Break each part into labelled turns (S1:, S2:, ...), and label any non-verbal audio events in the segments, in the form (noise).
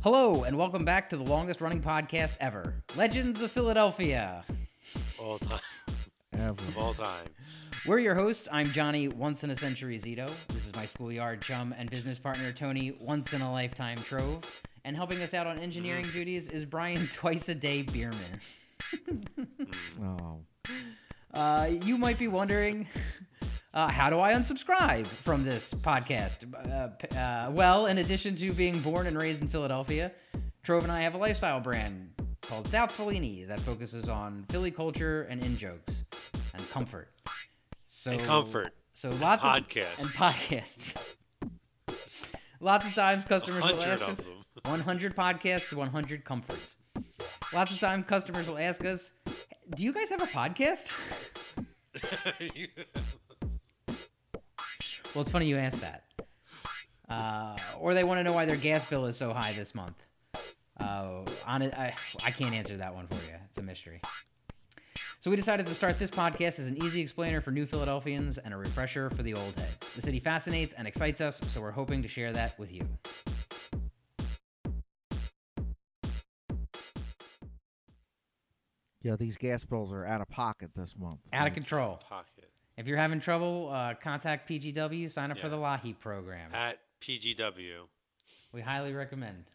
S1: Hello, and welcome back to the longest running podcast ever Legends of Philadelphia.
S2: all time
S3: Ever.
S2: of
S1: (laughs)
S2: all time.
S1: We're your hosts. I'm Johnny Once in a Century Zito. This is my schoolyard chum and business partner, Tony Once in a Lifetime Trove. And helping us out on engineering duties is Brian (laughs) Twice a Day Bierman.
S3: Oh,
S1: Uh, you might be wondering, (laughs) uh, how do I unsubscribe from this podcast? Uh, p- uh, well, in addition to being born and raised in Philadelphia, Trove and I have a lifestyle brand called South Fellini that focuses on Philly culture and in jokes and comfort. So
S2: And comfort.
S1: So lots
S2: podcasts.
S1: of and podcasts. (laughs) lots of times customers will
S2: hundred
S1: ask
S2: of
S1: us (laughs)
S2: them.
S1: 100 podcasts, 100 comforts. Lots of time customers will ask us, "Do you guys have a podcast?" (laughs)
S2: (laughs)
S1: Well, it's funny you asked that. Uh, or they want to know why their gas bill is so high this month. Uh, on I, I can't answer that one for you. It's a mystery. So we decided to start this podcast as an easy explainer for new Philadelphians and a refresher for the old heads. The city fascinates and excites us, so we're hoping to share that with you.
S3: yeah. These gas bills are out of pocket this month.
S1: Out of control.
S2: Pocket.
S1: If you're having trouble, uh, contact PGW. Sign up for
S2: Yeah.
S1: the LAHI program.
S2: At PGW.
S1: We highly recommend.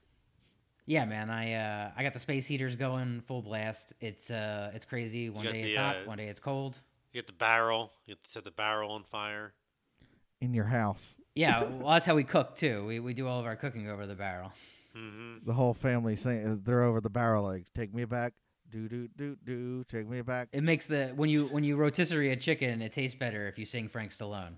S1: Yeah, man, I uh, I got the space heaters going full blast. It's uh it's crazy. One
S2: got
S1: day
S2: the,
S1: it's hot,
S2: uh,
S1: one day it's cold.
S2: You get the barrel. You have to set the barrel on fire.
S3: in your house,
S1: Yeah, (laughs) well that's how we cook too. We we do all of our cooking over the barrel.
S2: Mm-hmm.
S3: the whole family saying they're over the barrel, like "Take me back, do do do do, take me back."
S1: It makes the when you when you rotisserie a chicken, it tastes better if you sing Frank
S2: (laughs)
S1: Stallone.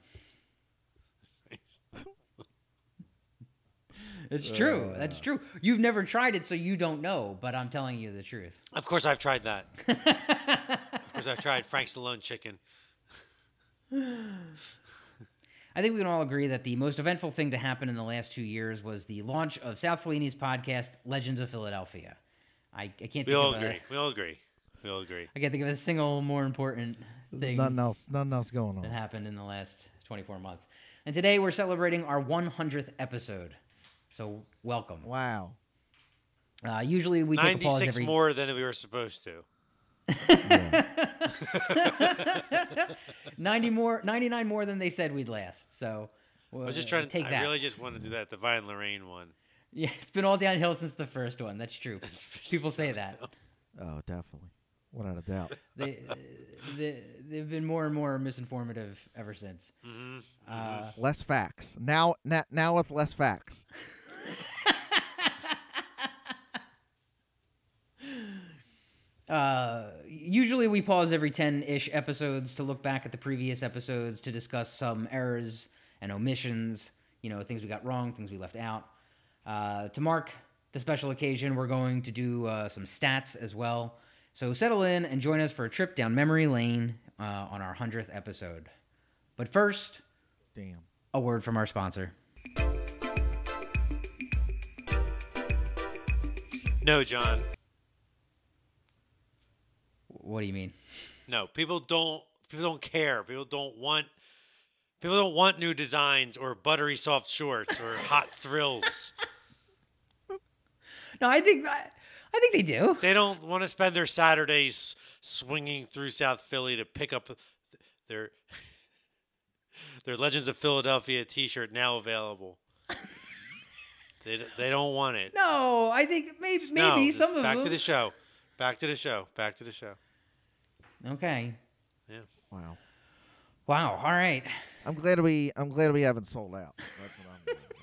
S1: It's true. That's
S2: Uh.
S1: true. You've never tried it, so you don't know. But I'm telling you the truth. (laughs)
S2: Of course, I've tried that. Of course, I've tried Frank (laughs) Stallone chicken.
S1: I think we can all agree that the most eventful thing to happen in the last two years was the launch of South Fellini's podcast, Legends of Philadelphia. I, I can't
S2: We
S1: think
S2: all
S1: of a,
S2: agree. We all agree. We all agree.
S1: I can't think of a single more important thing
S3: Nothing else. Nothing else going
S1: that
S3: on.
S1: happened in the last 24 months. And today we're celebrating our 100th episode. So welcome.
S3: Wow.
S1: Uh, usually we take a pause
S2: 96
S1: every.
S2: more than we were supposed to.
S1: 90 more, 99 more than they said we'd last. So
S2: I
S1: well,
S2: was just trying to
S1: take
S2: I
S1: that.
S2: really just want to do that. The Vine Lorraine one.
S1: (laughs) Yeah, it's been all downhill since the first one. That's true.
S2: (laughs)
S1: People say that.
S3: Oh, definitely. Without a doubt.
S1: they, they they've been more and more misinformative ever since.
S2: Mm-hmm.
S1: (laughs) Uh,
S3: Less facts now. Now, now with less facts.
S1: uh, usually, we pause every ten ish episodes to look back at the previous episodes to discuss some errors and omissions. You know, things we got wrong, things we left out. Uh, to mark the special occasion, we're going to do uh, some stats as well. So settle in and join us for a trip down memory lane uh, on our hundredth episode. But first,
S3: Damn.
S1: a word from our sponsor.
S2: No, John.
S1: What do you mean?
S2: No, people don't. People don't care. People don't want. People don't want new designs or buttery soft shorts
S1: (laughs)
S2: or hot thrills.
S1: No, I think I, I think they do.
S2: They don't want to spend their Saturdays swinging through South Philly to pick up their their Legends of Philadelphia T-shirt now available. they they don't want it.
S1: No, I think maybe
S2: No,
S1: maybe
S2: just
S1: some of
S2: back
S1: them.
S2: to the show. Back to the show. Back to the show.
S1: okay.
S3: Wow.
S1: Wow. All right.
S3: I'm glad we. I'm glad we haven't sold out. That's what (laughs) I'm. glad about.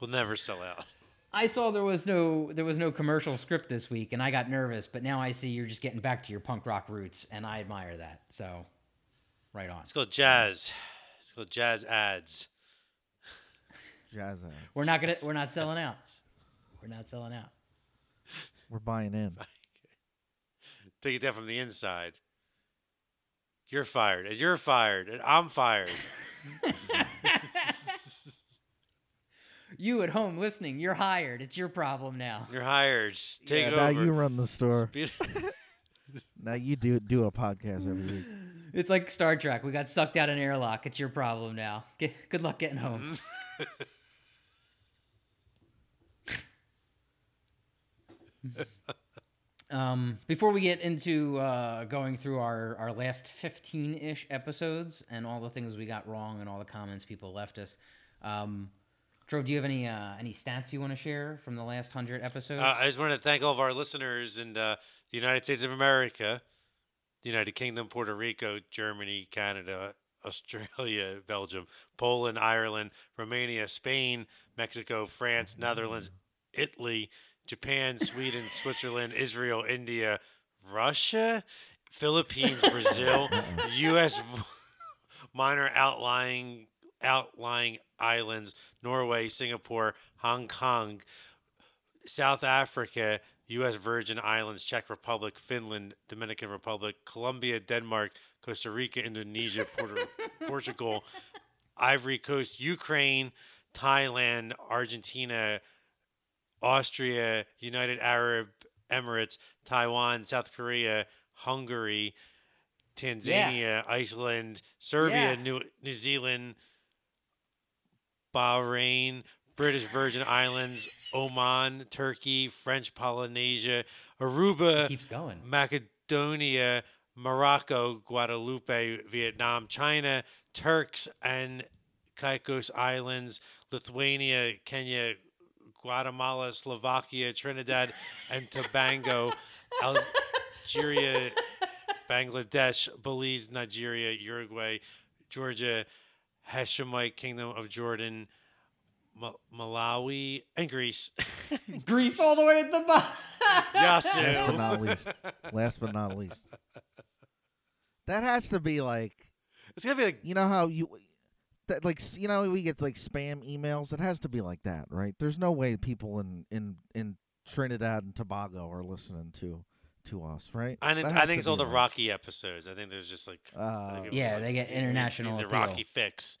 S2: We'll never sell out.
S1: I saw there was no there was no commercial script this week, and I got nervous. But now I see you're just getting back to your punk rock roots, and I admire that. So, right on.
S2: It's called jazz. It's called jazz ads.
S3: Jazz hands.
S1: We're not gonna we're not selling out. We're not selling out.
S3: We're buying in.
S2: Take it down from the inside. You're fired, and you're fired, and I'm fired.
S1: You at home listening, you're hired. It's your problem now.
S2: You're hired. Take
S3: Yeah,
S2: over.
S3: Now you run the store.
S2: Be-
S3: Now you do do a podcast every week.
S1: It's like Star Trek. We got sucked out an airlock.
S2: (laughs)
S1: It's your problem now. Get, good luck getting home. Um, before we get into uh, going through our, our last 15 ish episodes and all the things we got wrong and all the comments people left us, um, Drove, do you have any uh, any stats you want to share from the last 100 episodes?
S2: Uh, I just wanted to thank all of our listeners in uh, the United States of America, the United Kingdom, Puerto Rico, Germany, Canada, Australia, (laughs) Belgium, Poland, Ireland, Romania, Spain, Mexico, France, Netherlands, Italy, Japan, Sweden, Switzerland, Israel, India, Russia, Philippines, Brazil, U.S. (laughs) minor outlying outlying islands, Norway, Singapore, Hong Kong, South Africa, U.S. Virgin Islands, Czech Republic, Finland, Dominican Republic, Colombia, Denmark, Costa Rica, Indonesia, Puerto, Portugal, Ivory Coast, Ukraine, Thailand, Argentina, Austria, United Arab Emirates, Taiwan, South Korea, Hungary, Tanzania, Iceland,
S1: Yeah.
S2: Serbia, New, New Zealand, Bahrain, British Virgin Islands, Oman, Turkey, French Polynesia, Aruba,
S1: keeps going.
S2: Macedonia, Morocco, Guadeloupe, Vietnam, China, Turks and Caicos Islands, Lithuania, Kenya, Guatemala, Slovakia, Trinidad and
S3: (laughs)
S2: Tobago, Algeria, Bangladesh, Belize, Nigeria, Uruguay, Georgia, Hashemite Kingdom of Jordan, Ma- Malawi, and Greece. (laughs)
S1: Grease all the way at the (laughs) bottom.
S3: Last but
S2: Yasu.
S3: not least. Last but not least. That has to be like
S2: It's gonna be like
S3: you know how you that like s- you know we get like spam emails. It has to be like that, right? There's no way people in in in Trinidad and Tobago are listening to to us, right?
S2: I think,
S3: That
S2: I
S3: has
S2: think
S3: to
S2: it's all
S3: be
S2: the
S3: like-
S2: Rocky episodes. I think there's just like I
S3: Uh,
S2: think it was
S1: Yeah,
S2: just,
S1: they get
S2: you- you- you
S1: international
S2: need The
S1: appeal.
S2: Rocky fix.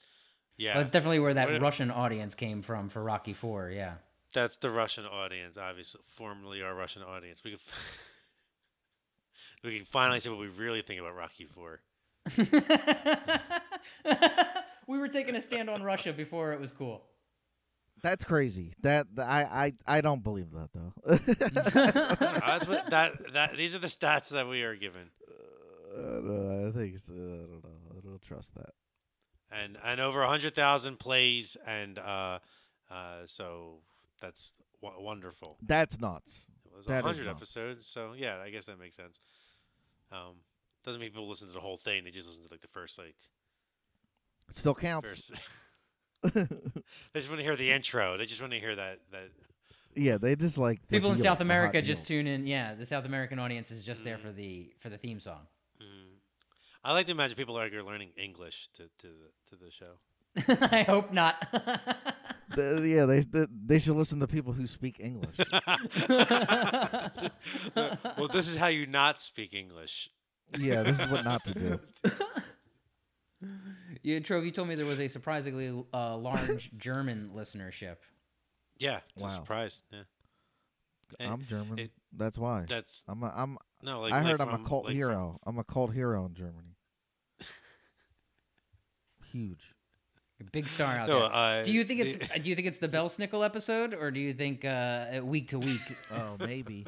S2: Yeah,
S1: Well, that's definitely where that
S2: What-
S1: Russian audience came from for Rocky Four.
S3: (laughs)
S1: Yeah.
S2: that's the Russian audience, obviously, formerly our Russian audience. We can (laughs) we can finally say what we really think about Rocky
S3: (laughs)
S2: Four.
S1: we were taking a stand on Russia before it was
S2: (laughs)
S1: cool.
S3: that's crazy. That th- I I I don't believe that though. (laughs)
S2: Uh, that's what that that these are the stats that we are given,
S3: I don't know, I think so. I don't know. I don't trust that.
S2: and and over hundred thousand plays, and uh, uh, so that's w- wonderful.
S3: That's nuts.
S2: It was
S3: That is
S2: 100
S3: nuts.
S2: episodes, so yeah, I guess that makes sense. Um, doesn't mean people listen to the whole thing; they just listen to like the first like
S3: It still counts.
S2: first.
S3: (laughs)
S2: they just want to hear
S3: Mm.
S2: the intro. They just want to hear that that.
S3: yeah, they just like the
S1: People in
S3: deals,
S1: South
S3: the hot
S1: America just
S3: deals.
S1: tune in. Yeah, the South American audience is just there
S2: Mm.
S1: for the for the theme song. (laughs)
S2: Mm. I like to imagine people like are learning English to to the, to the
S3: (laughs)
S2: show.
S1: I hope not. (laughs)
S3: Th- yeah, they, they they should listen to people who speak
S2: (laughs)
S3: English.
S2: well, this is how you not speak English.
S3: yeah, this is what not to do.
S1: yeah, Trove, you told me there was a surprisingly uh,
S2: (laughs)
S1: large German listenership.
S2: Yeah, just
S3: Wow.
S2: surprised. Yeah, And
S3: I'm German.
S2: (laughs) it-
S3: That's why.
S2: that's
S3: I'm a, I'm
S2: no. Like
S3: I
S2: like
S3: heard I'm
S2: from-
S3: a cult
S2: like from-
S3: hero. I'm a cult hero in
S2: (laughs)
S3: Germany. Huge.
S1: You're a big star out
S2: no,
S1: there.
S2: uh,
S1: do you think it's
S2: the-
S1: uh, do you think it's the Belsnickel episode or do you think uh, week to
S2: (laughs)
S1: week?
S3: Oh, maybe.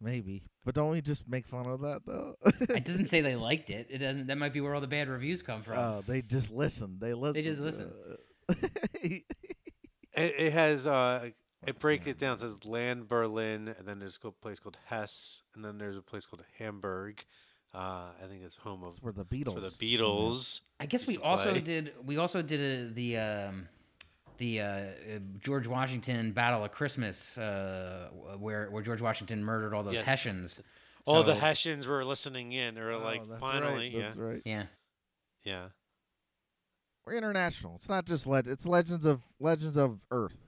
S3: maybe. But don't we just make fun of that though? (laughs)
S1: It doesn't say they liked it. It doesn't. That might be where all the bad reviews come from.
S3: Oh, they just listen. They listen.
S1: just
S3: to-
S1: listen.
S3: (laughs)
S2: It, it has. Uh, it breaks it down. It says Land Berlin, and then there's a place called Hesse, and then there's a place called Hamburg. Uh, I think it's home of
S3: That's where the Beatles.
S2: for the Beatles.
S1: I guess we
S2: used to
S1: also
S2: play.
S1: did. We also did a, the um, the uh, uh, George Washington Battle of Christmas, uh, where where George Washington murdered all those
S2: Yes.
S1: Hessians.
S2: All Oh, the
S1: So-
S2: Hessians were listening in. They were
S3: Oh,
S2: like,
S3: that's right,
S2: finally,
S3: That's right.
S1: Yeah,
S2: yeah, yeah.
S3: We're international. It's not just leg. It's legends of legends of Earth.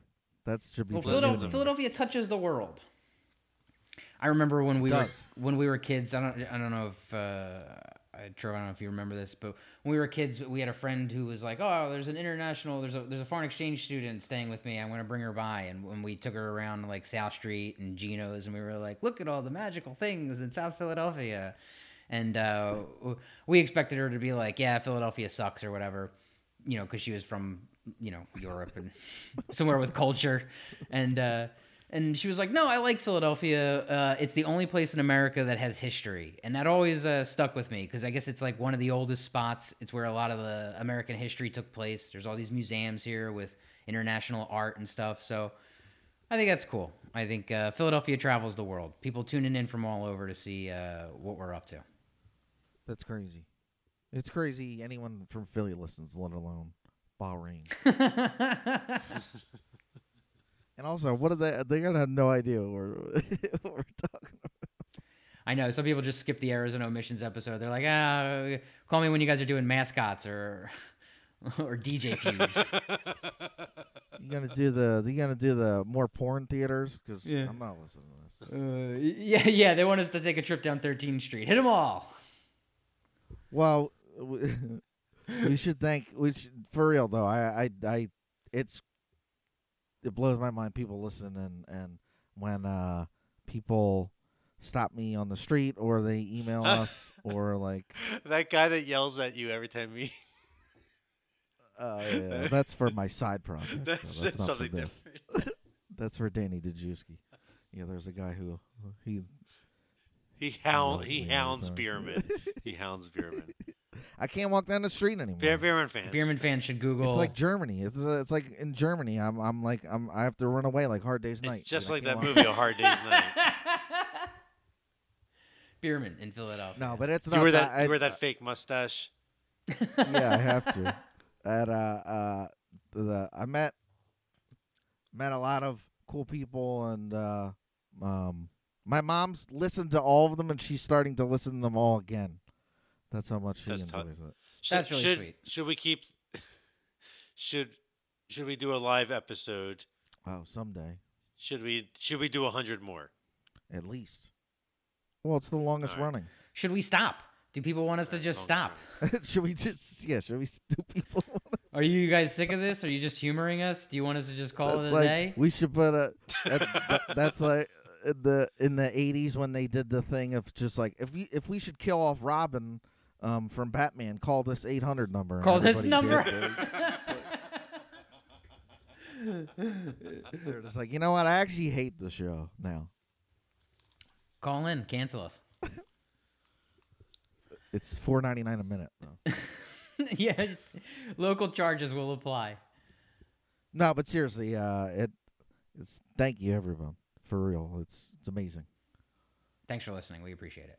S3: That should be.
S1: well,
S3: the
S1: Philadelphia,
S3: new
S1: Philadelphia touches the world. I remember when we were
S3: does.
S1: when we were kids. I don't I don't know if uh, I, Trevor, I don't know if you remember this, but when we were kids, we had a friend who was like, "Oh, there's an international, there's a there's a foreign exchange student staying with me. I'm going to bring her by." And when we took her around like South Street and Geno's, and we were like, "Look at all the magical things in South Philadelphia," and uh, w- we expected her to be like, "Yeah, Philadelphia sucks" or whatever, you (laughs) know, because she was from you know Europe and somewhere with culture, and. Uh, and she was like, "No, I like Philadelphia. Uh, it's the only place in America that has history," and that always uh, stuck with me because I guess it's like one of the oldest spots. It's where a lot of the American history took place. There's all these museums here with international art and stuff. So I think that's cool. I think uh, Philadelphia travels the world. People tuning in from all over to see uh, what we're up to.
S3: That's crazy. It's crazy anyone from Philly listens, let alone Bahrain.
S1: (laughs)
S3: And also, what are they? They're gonna have no idea what we're, (laughs)
S1: (laughs)
S3: what we're talking.
S1: I know some people just skip the errors and omissions episode. They're like, "Ah, call me when you guys are doing mascots or or DJ
S3: (laughs) Uh,
S1: fuse."
S3: You gonna do the? You gonna do the more porn theaters? Because
S1: Yeah.
S3: I'm not listening to this.
S1: Uh, (laughs) yeah, yeah, they want us to take a trip down 13th Street. Hit them all.
S3: Well, w- (laughs) we should thank. We should, for real though. I, I, I, it's. It blows my mind. People listen and and when uh people stop me on the street or they
S2: (laughs)
S3: email us or like
S2: (laughs) that guy that yells at you every time he. (laughs)
S3: uh, yeah, that's for my side project. though.
S2: that's,
S3: That's,
S2: that's
S3: not
S2: something
S3: for this.
S2: different.
S3: That's for Danny Dajewski. Yeah, there's a guy who he
S2: He hound,
S3: love
S2: he
S3: Leon
S2: hounds
S3: Thompson.
S2: Bierman. he hounds Bierman.
S3: I can't walk down the street anymore.
S2: Bier, Bierman fans.
S1: Beerman fans should Google.
S2: (laughs)
S3: It's like Germany. It's uh, it's like in Germany. I'm I'm like I'm I have to run away like Hard Day's
S2: It's
S3: Night.
S2: just
S3: dude. I
S2: like
S3: can't
S2: that
S3: walk-
S2: movie,
S1: (laughs)
S2: A Hard Day's Night.
S1: Beerman in Philadelphia.
S3: No, but it's not.
S2: You wear
S3: that,
S2: that, you
S3: I-
S2: wear that fake mustache.
S3: (laughs) yeah, I have to. At uh, uh, the I met met a lot of cool people, and uh, um, my mom's listened to all of them, and she's starting to listen to them all again. That's how much she
S2: That's tough.
S3: enjoys it.
S2: Should,
S1: That's really
S2: should,
S1: sweet.
S2: Should we keep? (laughs) Should should we do a live episode?
S3: Oh, someday
S2: Should we should we do a hundred more?
S3: at least. Well, it's the longest
S2: All
S3: running.
S1: should we stop? Do people want us to
S2: Alright,
S1: just
S2: long
S1: stop?
S2: run.
S3: (laughs) should we just yeah? Should we (laughs) do people?
S1: Are you guys sick of this? Are you just humoring us? Do you want us to just call
S3: That's
S1: it a
S3: like,
S1: day?
S3: We should
S1: (laughs)
S3: put a. that- that- that's like in the in the eighties when they did the thing of just like if we if we should kill off Robin um, from Batman, call this eight hundred number. and
S1: Call this
S3: everybody
S1: number.
S3: did.
S1: (laughs)
S3: They're just like you know what? I actually hate the show now.
S1: call in. Cancel us. (laughs)
S3: It's four ninety nine a minute. Though.
S1: yeah, local charges will apply.
S3: no, but seriously, uh, it it's thank you everyone for real. It's it's amazing.
S1: Thanks for listening. We appreciate it.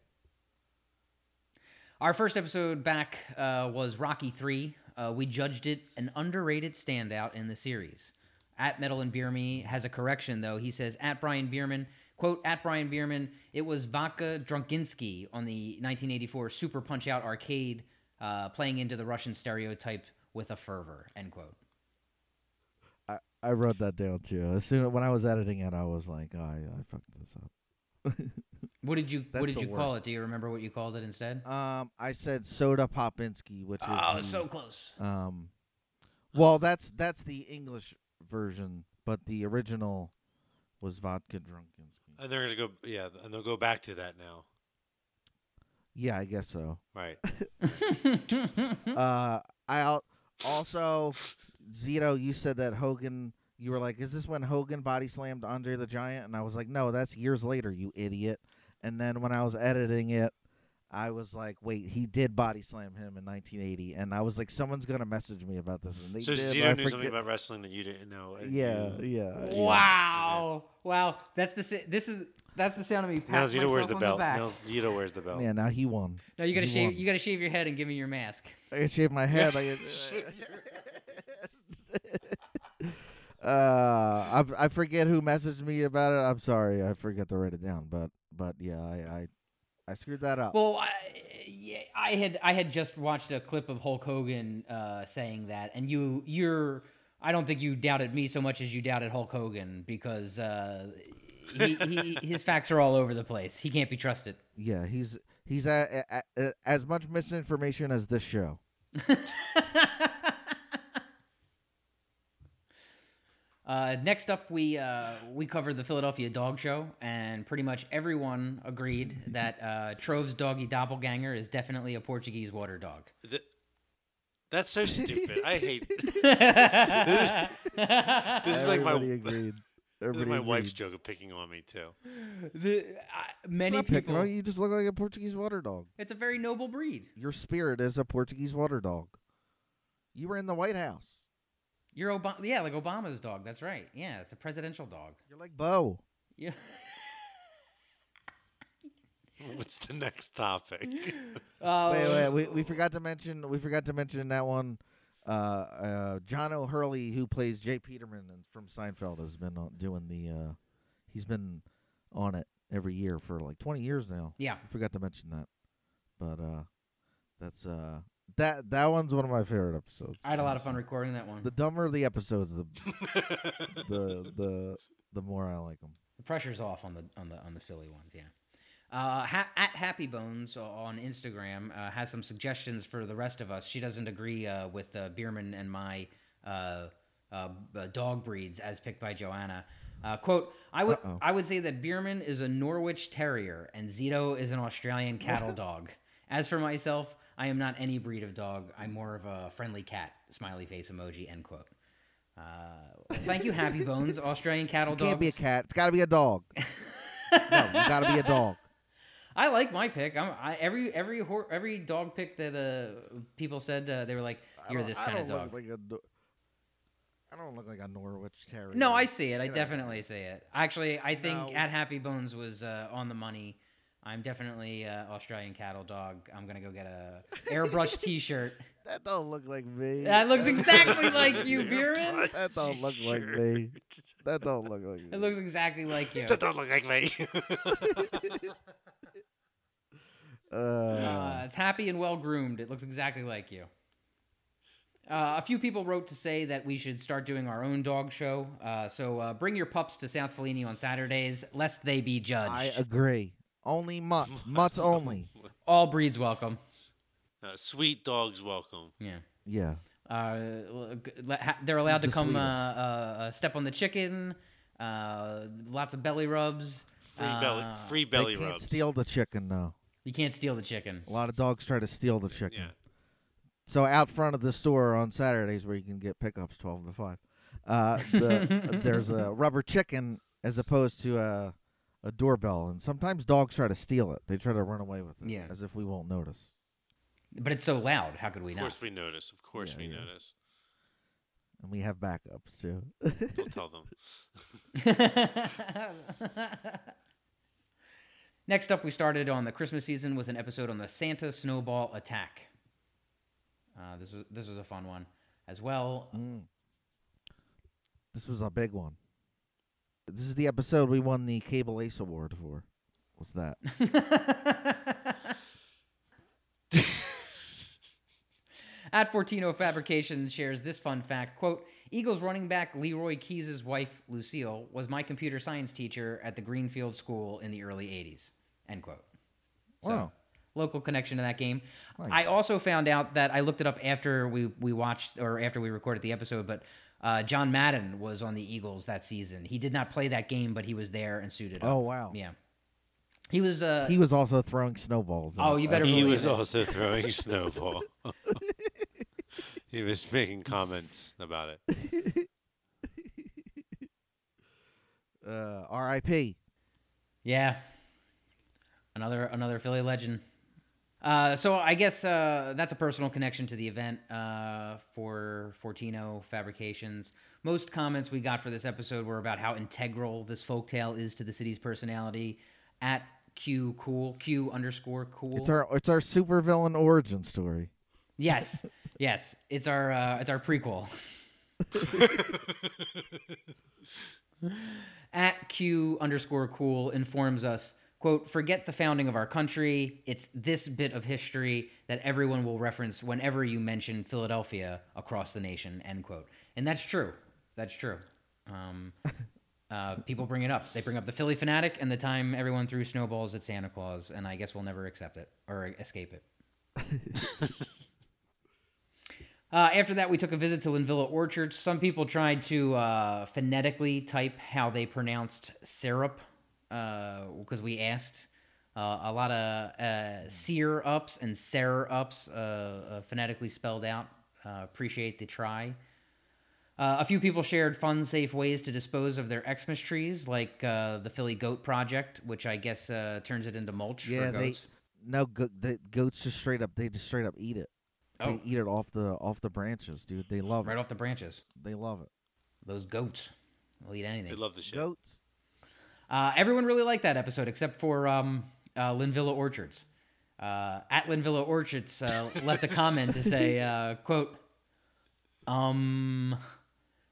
S1: Our first episode back uh, was Rocky 3. Uh, we judged it an underrated standout in the series. At Metal and Beer Me has a correction, though. He says, at Brian Bierman, quote, at Brian Bierman, it was Vodka Drunkinsky on the 1984 Super Punch Out arcade uh, playing into the Russian stereotype with a fervor, end quote.
S3: I, I wrote that down too. As soon when I was editing it, I was like, oh, I, I fucked this up.
S1: What did you What
S3: That's
S1: did
S3: the
S1: you call
S3: worst.
S1: it? Do you remember what you called it instead?
S3: Um, I said Soda Popinski, which is
S1: oh,
S3: the,
S1: so close. (laughs)
S3: um, well, that's that's the English version, but the original was vodka drunkinsky.
S1: Uh,
S2: And they're gonna go. Yeah, and they'll go back to that now.
S3: Yeah, I guess so.
S2: Right.
S3: uh, I al- also Zito, you said that Hogan. You were like, "Is this when Hogan body slammed Andre the Giant?" And I was like, "No, that's years later, you idiot." And then when I was editing it, I was like, "Wait, he did body slam him in 1980." And I was like, "Someone's gonna message me about this." And they
S2: so
S3: did. but I
S2: Zito knew something
S3: forget-
S2: about wrestling that you didn't know. and
S3: yeah,
S2: you-
S3: yeah. yeah.
S1: Wow! Wow! That's the si- this is that's the sound of me
S2: Now
S1: patting
S2: Zito
S1: myself
S2: wears the
S1: on
S2: belt.
S1: the back.
S2: now Zito wears the belt. (laughs)
S3: Yeah, now he won.
S1: no, you gotta
S3: he
S1: shave.
S3: won.
S1: You gotta shave your head and give me your mask.
S3: I can shave my
S1: (laughs)
S2: (laughs)
S3: head. (laughs) I can. uh, I I forget who messaged me about it. I'm sorry, I forget to write it down. But but yeah, I I, I screwed that up.
S1: Well, I, yeah, I had I had just watched a clip of Hulk Hogan uh, saying that, and you you're I don't think you doubted me so much as you doubted Hulk Hogan because uh, he, he his facts are all over the place. He can't be trusted.
S3: yeah, he's he's a, a, a- as much misinformation as this show.
S1: (laughs) Uh, next up, we uh, we covered the Philadelphia Dog Show, and pretty much everyone agreed that uh, Trove's doggy doppelganger is definitely a Portuguese water dog. (laughs)
S2: Th- that's so stupid. I hate.
S1: this
S2: This is like my-
S3: Everybody
S2: (laughs) This is
S3: agreed. (laughs) Everybody
S2: my wife's
S3: agreed.
S2: joke of picking on me too.
S1: The, I
S3: It's
S1: many
S3: not picking
S1: people.
S3: on you. You just look like a Portuguese water dog.
S1: It's a very noble breed.
S3: Your spirit is a Portuguese water dog. You were in the White House.
S1: You're Obama. Yeah, like Obama's dog. That's right. Yeah, it's a presidential dog.
S3: You're like Bo.
S1: Yeah.
S2: What's the
S1: (laughs)
S2: next topic?
S1: Uh,
S3: wait, wait, we, we forgot to mention we forgot to mention in that one. Uh, uh, John O'Hurley, who plays Jay Peterman and from Seinfeld, has been on, doing the. Uh, he's been on it every year for like 20 years now.
S1: Yeah.
S3: I forgot to mention that, but uh, that's uh that that one's one of my favorite episodes.
S1: I had a lot of fun
S3: honestly.
S1: recording that one.
S3: The
S1: The,
S3: dumber the episodes, the the the the more I like
S1: (laughs)
S3: them.
S1: pressure's off on the on the on the silly ones. Yeah. Uh, ha- at Happy Bones on Instagram uh, has some suggestions for the rest of us. She doesn't agree uh, with uh, Bierman and my uh, uh, uh, dog breeds as picked by Joanna. Uh, quote: I would
S3: Uh-oh.
S1: I would say that Bierman is a Norwich Terrier and Zito is an Australian cattle
S3: (laughs)
S1: dog. As for myself, I am not any breed of dog. I'm more of a friendly cat. Smiley face emoji. End quote. Uh, thank you, Happy
S3: (laughs)
S1: Bones, Australian cattle
S3: It can't be a
S1: dogs.
S3: cat. It's got to be
S1: (laughs)
S3: a dog. no, you got to be a dog.
S1: I like my pick. I'm, I, every every hor- every dog pick that uh, people said uh, they were like,
S3: I
S1: "You're
S3: don't-
S1: this
S3: I
S1: kind of
S3: don't look
S1: dog."
S3: Like a, do- I don't look like a Norwich Terrier.
S1: No, I see it. I
S3: You know.
S1: definitely see it. Actually, I think
S3: No.
S1: at Happy Bones was uh, on the money. I'm definitely uh, Australian cattle dog. I'm gonna go get
S3: (laughs)
S1: a airbrush T-shirt.
S3: that don't look like me.
S1: That looks
S3: (laughs)
S1: exactly like
S2: (laughs)
S1: you, Beerman.
S3: That don't look like me. That don't look like me.
S1: It looks exactly like you.
S2: That don't look like me.
S3: Uh,
S1: Uh, it's happy and well groomed. It looks exactly like you. Uh, a few people wrote to say that we should start doing our own dog show. Uh, so uh, bring your pups to South Fellini on Saturdays, lest they be judged.
S3: I agree. Only
S2: (laughs)
S3: mutts. Uh, Mutts only.
S1: All breeds welcome.
S2: Uh, sweet dogs welcome.
S1: Yeah.
S3: Yeah.
S1: Uh, l- g- le- ha- they're allowed to
S3: the
S1: come uh,
S3: sweetest?
S1: uh, uh, step on the chicken. Uh, lots of belly rubs.
S2: Free belly,
S1: Uh,
S2: free belly
S3: they can't
S2: rubs.
S3: steal the chicken though.
S1: You can't steal the chicken.
S3: A lot of dogs try to steal the chicken.
S2: yeah.
S3: So out front of the store on Saturdays, where you can get pickups twelve to five,
S1: (laughs)
S3: uh, the, there's a rubber chicken as opposed to a, a doorbell, and sometimes dogs try to steal it. They try to run away with it,
S1: Yeah.
S3: as if we won't notice.
S1: But it's so loud. How could we
S2: Of
S1: not?
S2: course we notice. Of course
S3: Yeah,
S2: we
S3: yeah.
S2: notice.
S3: And we have backups too.
S1: (laughs)
S2: We'll tell them.
S1: (laughs) Next up, we started on the Christmas season with an episode on the Santa Snowball Attack. Uh, this was this was a fun one as well.
S3: Mm. This was a big one. This is the episode we won the Cable Ace Award for.
S1: (laughs)
S3: What's that?
S1: (laughs) At Fortino Fabrications shares this fun fact quote, Eagles running back Leroy Keyes' wife, Lucille, was my computer science teacher at the Greenfield School in the early 80s. End quote. So,
S3: Wow.
S1: local connection to that game.
S3: Nice.
S1: I also found out that I looked it up after we, we watched or after we recorded the episode, but uh, John Madden was on the Eagles that season. He did not play that game, but he was there and suited
S3: Oh
S1: up.
S3: wow.
S1: Yeah. He was. Uh,
S3: He was also throwing snowballs.
S1: Oh, you better
S3: Uh,
S2: He
S1: believe
S2: was
S1: it.
S2: also throwing (laughs) snowball. he was making comments about it.
S3: Uh, R.I.P.
S1: Yeah. Another another Philly legend. Uh, so I guess uh, that's a personal connection to the event uh, for Fortino Fabrications. Most comments we got for this episode were about how integral this folktale is to the city's personality. At Q cool Q underscore cool.
S3: It's our it's our supervillain origin story.
S1: yes, yes. It's our uh, it's our prequel. at q underscore cool informs us quote forget the founding of our country it's this bit of history that everyone will reference whenever you mention philadelphia across the nation end quote and that's true that's true um, uh, people bring it up they bring up the philly fanatic and the time everyone threw snowballs at santa claus and i guess we'll never accept it or escape it Uh, after that, we took a visit to Linvilla Orchard. Some people tried to uh, phonetically type how they pronounced syrup because we asked. Uh, a lot of uh, sear ups and serre ups uh, uh, phonetically spelled out. Uh, appreciate the try. Uh, a few people shared fun, safe ways to dispose of their Xmas trees, like uh, the Philly Goat Project, which I guess uh, turns it into mulch for
S3: Yeah, they-
S1: goats.
S3: No, go- the goats just straight up. They just straight up eat it.
S1: oh,
S3: They eat it off the off the branches, dude. They love
S1: right
S3: it.
S1: off the branches.
S3: They love it.
S1: Those goats. They'll eat anything.
S2: They love the
S1: (laughs)
S2: shit.
S3: Goats.
S1: Uh, everyone really liked that episode except for um, uh, Lynn Villa Orchards. Uh, at Lynn Villa Orchards uh, left a comment to say, uh, quote, um,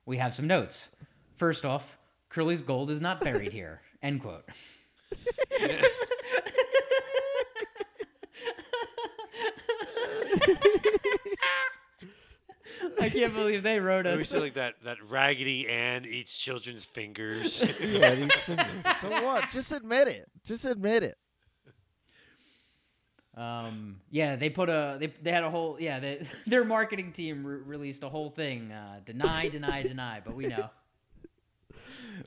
S1: we have some notes. First off, Curly's gold is not buried here, end quote. I can't believe they wrote
S2: We
S1: us.
S2: see like that that Raggedy Ann eats children's fingers.
S3: Yeah, these fingers. so what? Just admit it. Just admit it.
S1: Um, yeah, they put a they, they had a whole yeah they, (laughs) their marketing team re- released a whole thing uh, deny deny deny but we know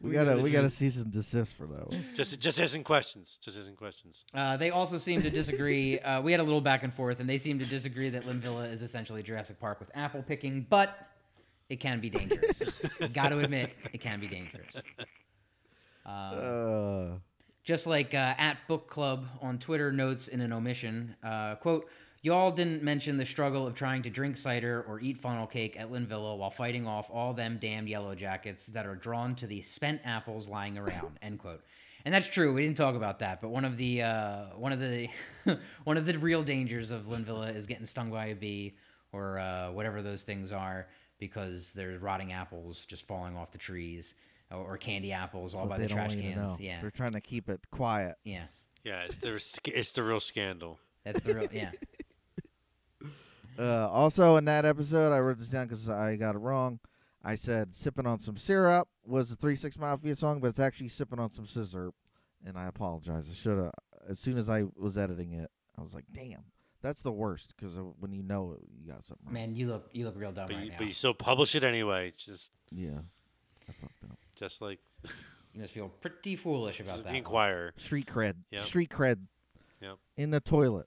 S3: We,
S1: We
S3: gotta
S1: really
S3: we gotta
S1: should.
S3: cease and desist for that one.
S2: just just isn't questions. Just isn't questions.
S1: uh, they also seem to disagree. uh, we had a little back and forth, and they seem to disagree that Lim Villa is essentially Jurassic Park with apple picking, but it can be dangerous. Got to admit, it can be dangerous. Um,
S3: Uh,
S1: just like uh, at book club on twitter notes in an omission uh, quote y'all didn't mention the struggle of trying to drink cider or eat funnel cake at lynn villa while fighting off all them damned yellow jackets that are drawn to the spent apples lying around end quote and that's true we didn't talk about that but one of the uh, one of the (laughs) one of the real dangers of lynn villa is getting stung by a bee or uh, whatever those things are because there's rotting apples just falling off the trees or, or candy apples all
S3: but
S1: by
S3: they
S1: the
S3: don't
S1: trash
S3: want you to know.
S1: cans yeah
S3: They're trying to keep it quiet.
S1: yeah
S2: Yeah, it's the sc- it's the real scandal.
S1: That's the real yeah.
S3: Uh, also, in that episode, I wrote this down because I got it wrong. I said "sipping on some syrup" was the Three Six Mafia song, but it's actually "sipping on some scissor," and I apologize. I should have. As soon as I was editing it, I was like, "Damn, that's the worst." Because when you know it, you got something. Wrong.
S1: Man, you look you look real dumb
S2: But
S1: right
S2: you,
S1: now.
S2: but you still publish it anyway. Just
S3: Yeah, I fucked up.
S2: just like
S1: You must feel pretty foolish about
S2: the
S1: that. one.
S2: Inquirer.
S3: Street cred.
S2: Yep.
S3: Street cred.
S2: Yep.
S3: In the toilet.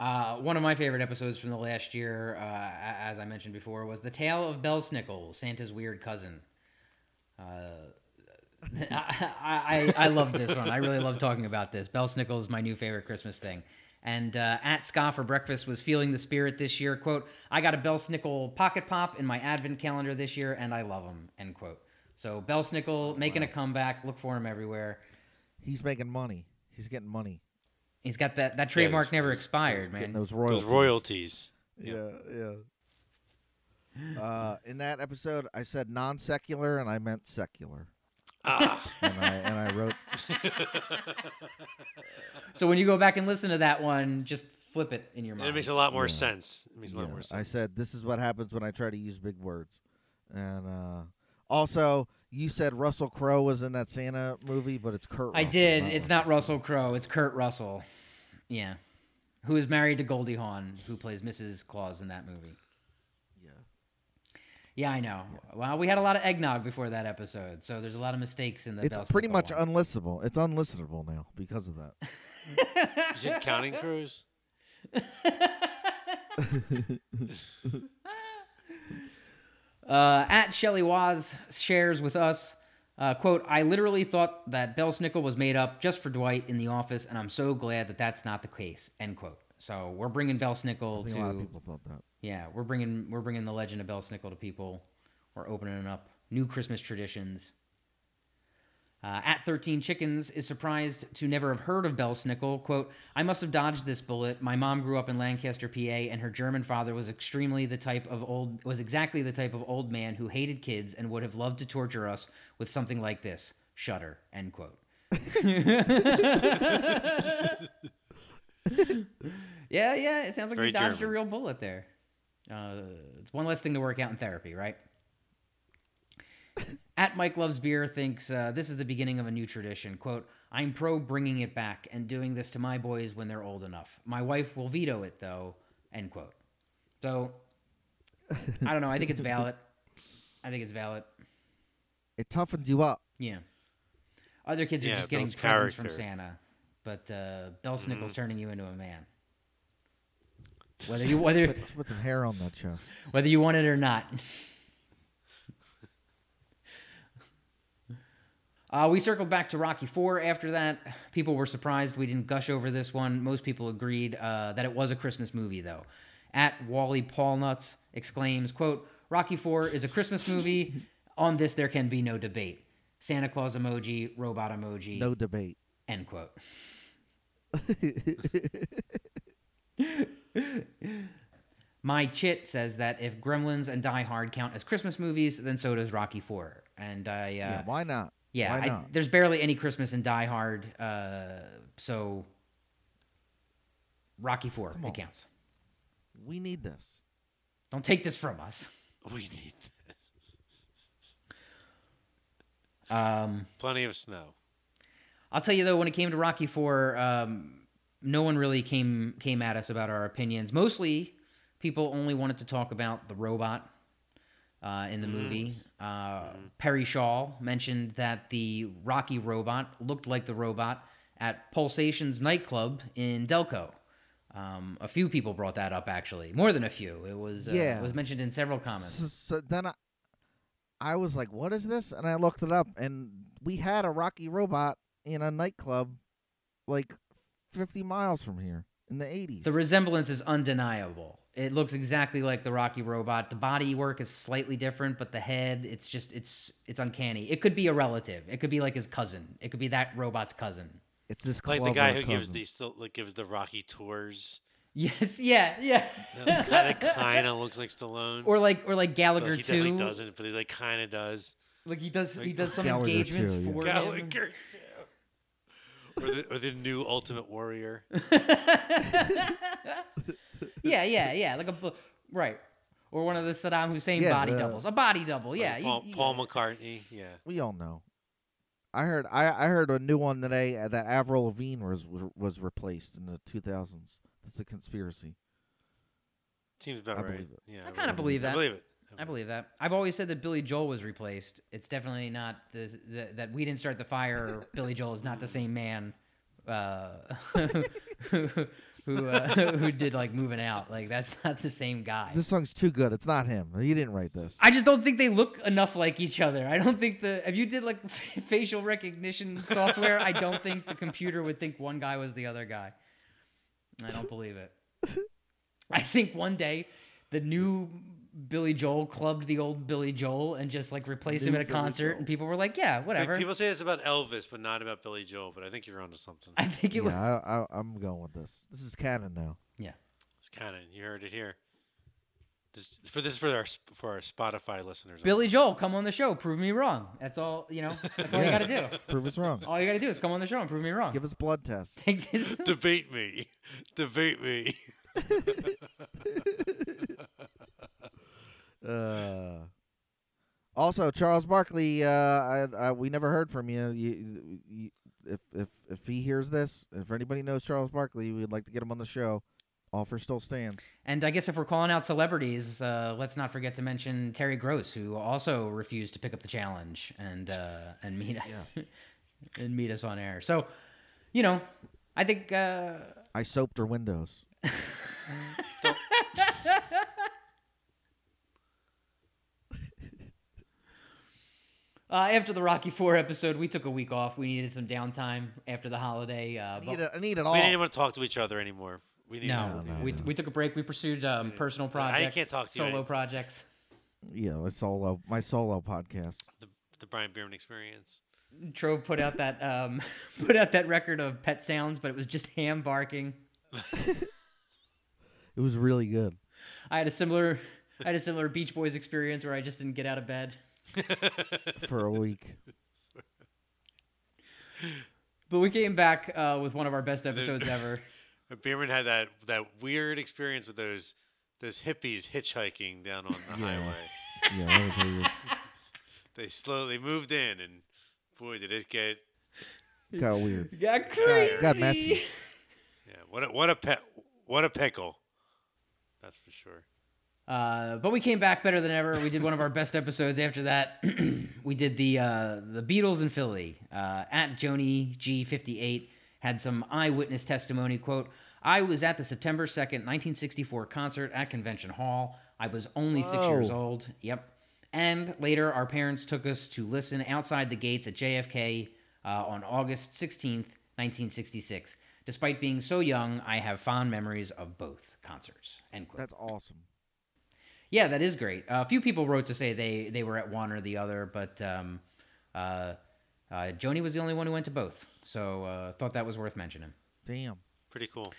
S1: Uh, one of my favorite episodes from the last year, uh, a- as I mentioned before, was the tale of Belsnickel, Santa's weird cousin. Uh, (laughs) I, I, I love this one. I really love talking about this. Belsnickel is my new favorite Christmas thing. And uh, at Ska for Breakfast was feeling the spirit this year. Quote, I got a Belsnickel pocket pop in my advent calendar this year, and I love him, end quote. So Belsnickel making a comeback. Look for him everywhere.
S3: He's making money. He's getting money.
S1: He's got that, that trademark
S2: those-
S1: never expired, man.
S3: Getting those royalties.
S1: (laughs)
S2: Those royalties.
S3: Yeah, yeah. Uh, in that episode, I said non secular and I meant secular,
S2: Ah,
S3: and I and
S2: (laughs)
S3: I wrote
S1: So when you go back and listen to that one, just flip it in your mind.
S2: it makes a lot more
S3: Yeah.
S2: sense. It makes a lot
S3: Yeah,
S2: more sense.
S3: I said this is what happens when I try to use big words, and uh, also you said Russell Crowe was in that Santa movie, but it's Kurt.
S1: I
S3: Russell,
S1: did. It's not
S3: Russell.
S1: Russell Crowe. It's Kurt Russell. Yeah. Who is married to Goldie Hawn, who plays Mrs. Claus in that movie.
S3: Yeah.
S1: Yeah, I know. Well, we had a lot of eggnog before that episode, so there's a lot of mistakes in the
S3: It's
S1: Bell
S3: pretty
S1: Snickle
S3: much
S1: one.
S3: unlistable. It's unlistenable now because of that.
S1: (laughs)
S2: Is it Counting Crows?
S1: Uh, at Shelly Waz shares with us, uh, quote, I literally thought that Belsnickel was made up just for Dwight in the office, and I'm so glad that that's not the case, end quote. So we're bringing
S3: I
S1: Belsnickel
S3: think a lot of
S1: to,
S3: people thought that.
S1: yeah, we're bringing, we're bringing the legend of Belsnickel to people. We're opening up new Christmas traditions. Uh, at 13 Chickens is surprised to never have heard of Belsnickel. Quote, I must have dodged this bullet. My mom grew up in Lancaster, PA, and her German father was extremely the type of old, was exactly the type of old man who hated kids and would have loved to torture us with something like this. Shudder, end quote. (laughs) yeah, yeah, it sounds like
S2: Very
S1: you dodged a
S2: German.
S1: real bullet there. Uh, it's one less thing to work out in therapy, right? At Mike Loves Beer thinks uh, this is the beginning of a new tradition. Quote, I'm pro bringing it back and doing this to my boys when they're old enough. My wife will veto it, though, end quote. So, I don't know. I think it's valid. I think it's valid.
S3: It toughened you up.
S1: Yeah. Other kids are
S2: Yeah,
S1: just
S2: it
S1: getting
S2: builds
S1: presents from
S2: character. Mm-hmm.
S1: Santa, but uh, Belsnickel's turning you into a man. Whether you whether (laughs)
S2: (laughs)
S3: Put, put some hair on that chest.
S1: whether you want it or not. Uh, we circled back to Rocky Four after that. People were surprised we didn't gush over this one. Most people agreed uh, that it was a Christmas movie, though. At Wally Paulnuts exclaims, "Quote: Rocky Four is a Christmas movie. On this, there can be no debate. Santa Claus emoji, robot emoji.
S3: No debate. (laughs)
S1: End quote. My chit says that if Gremlins and Die Hard count as Christmas movies, then so does Rocky Four. And I, uh,
S3: yeah,
S1: yeah,
S3: why not? why
S1: I,
S3: not?
S1: there's barely any Christmas in Die Hard, uh, so Rocky Four
S3: Come on.
S1: it counts.
S3: We need this.
S1: Don't take this from us.
S2: We need this.
S1: Um,
S2: Plenty of snow.
S1: I'll tell you though, when it came to Rocky Four, um, no one really came came at us about our opinions. Mostly, people only wanted to talk about the robot uh, in the
S2: Mm.
S1: movie. Uh, Perry Shaw mentioned that the Rocky robot looked like the robot at Pulsations nightclub in Delco. Um, a few people brought that up actually, more than a few. It was uh,
S3: Yeah.
S1: it was mentioned in several comments.
S3: So, so then I, I was like, "What is this?" And I looked it up, and we had a Rocky robot in a nightclub, like fifty miles from here in the eighties.
S1: The resemblance is undeniable. It looks exactly like the Rocky robot. The body work is slightly different, but the head, it's just it's it's uncanny. It could be a relative. It could be like his cousin. It could be that robot's cousin. (laughs)
S3: it's this
S2: Like the
S3: club
S2: guy
S3: with
S2: who
S3: a
S2: gives
S3: cousin.
S2: these the, like, gives the Rocky
S1: (laughs)
S2: tours.
S1: Yes, yeah, yeah.
S2: That kind of looks like Stallone.
S1: (laughs) or like or like
S2: But
S1: Gallagher
S2: he
S1: too.
S2: definitely doesn't, but he like kind of does.
S1: Like he does he
S2: Like-
S1: does some
S3: Gallagher
S1: engagements
S3: too, yeah.
S1: for him.
S2: Gallagher too. Or the, or the new
S1: (laughs)
S2: Ultimate Warrior.
S1: yeah, yeah, yeah. Like a bu- right. Or one of the Saddam Hussein
S3: Yeah,
S1: body
S3: the-
S1: doubles. A body double, yeah.
S2: Like
S1: you-
S2: Paul,
S1: you-
S2: Paul McCartney. Yeah.
S3: We all know. I heard. I, I heard a new one today uh, that Avril Lavigne was was replaced in the two thousands. That's a conspiracy.
S2: Seems about
S3: I
S2: right.
S3: believe it.
S2: Yeah,
S1: I kinda believe
S2: I
S1: that.
S2: believe it.
S1: I believe that. I've always said that Billy Joel was replaced. It's definitely not the, the that we didn't start the fire. Billy Joel is not the same man uh, (laughs) who who, uh, (laughs) who did like moving out. Like that's not the same guy.
S3: This song's too good. It's not him. He didn't write this.
S1: I just don't think they look enough like each other. I don't think the if you did like (laughs) facial recognition software, I don't think the computer would think one guy was the other guy. I don't believe it. I think one day the new Billy Joel clubbed the old Billy Joel and just like replaced him
S3: New
S1: at a
S3: Billy
S1: concert,
S3: Joel.
S1: and people were like, "Yeah,
S2: Like,
S1: whatever."
S2: people say this about Elvis, but not about Billy Joel. But I think you're onto something.
S1: (laughs) I think it
S3: yeah,
S1: was.
S3: I, I, I'm going with this. This is canon now.
S2: It's kind of you heard it here. This for this is for our sp- for our Spotify listeners.
S1: Billy Joel, come on the show, prove me wrong. That's all you know. That's all you
S3: Yeah.
S1: got to
S3: Prove us
S1: (laughs)
S3: wrong.
S1: do. All you got to do is come on the show and prove me wrong.
S3: Give us blood tests.
S1: Take this.
S2: debate me, (laughs) debate me.
S3: Uh, also, Charles Barkley. Uh, I, I, we never heard from you. You, you. If if if he hears this, if anybody knows Charles Barkley, we'd like to get him on the show. Offer still stands.
S1: And I guess if we're calling out celebrities, uh, let's not forget to mention Terry Gross, who also refused to pick up the challenge and uh, and
S3: (laughs)
S1: meet (laughs) and meet us on air. So, you know, I think uh,
S3: I soaped her windows.
S1: uh, after the Rocky Four episode, we took a week off. We needed some downtime after the holiday. Uh,
S3: I
S1: but-
S3: need it. I need it all.
S2: We didn't want to talk to each other anymore. We need
S1: no,
S3: Oh. No, no,
S1: we,
S3: no.
S1: we took a break. We pursued um, personal
S2: I
S1: projects,
S2: can't talk to you.
S1: solo projects.
S3: Yeah, my solo, my solo podcast.
S2: the, the Brian Bierman experience.
S1: Trove put out that um, (laughs) put out that record of pet sounds, but it was just (laughs) ham barking.
S3: It was really good.
S1: I had a similar I had a similar Beach Boys experience where I just didn't get out of bed.
S3: for a (laughs) week.
S1: But we came back uh, with one of our best episodes ever.
S2: Bierman had that that weird experience with those those hippies hitchhiking down on the
S3: Yeah.
S2: highway.
S3: Yeah, that was really
S2: They slowly moved in, and boy, did it get
S3: good. got weird.
S1: It Got crazy.
S3: got messy.
S2: yeah. What a, what a pet what a pickle. That's for sure.
S1: Uh, but we came back better than ever. We did one of our (laughs) best episodes after that. (clears throat) we did the uh, the Beatles in Philly. Uh, at Joni G58 had some eyewitness testimony. Quote: I was at the September 2nd, 1964 concert at Convention Hall. I was only six
S3: Whoa.
S1: years old. Yep. And later, our parents took us to listen outside the gates at JFK uh, on August 16th, 1966. Despite being so young, I have fond memories of both concerts. End quote.
S3: That's awesome.
S1: Yeah, that is great. Uh, A few people wrote to say they they were at one or the other, but um, uh, uh, Joni was the only one who went to both, so uh, thought that was worth mentioning.
S3: Damn.
S2: Pretty cool.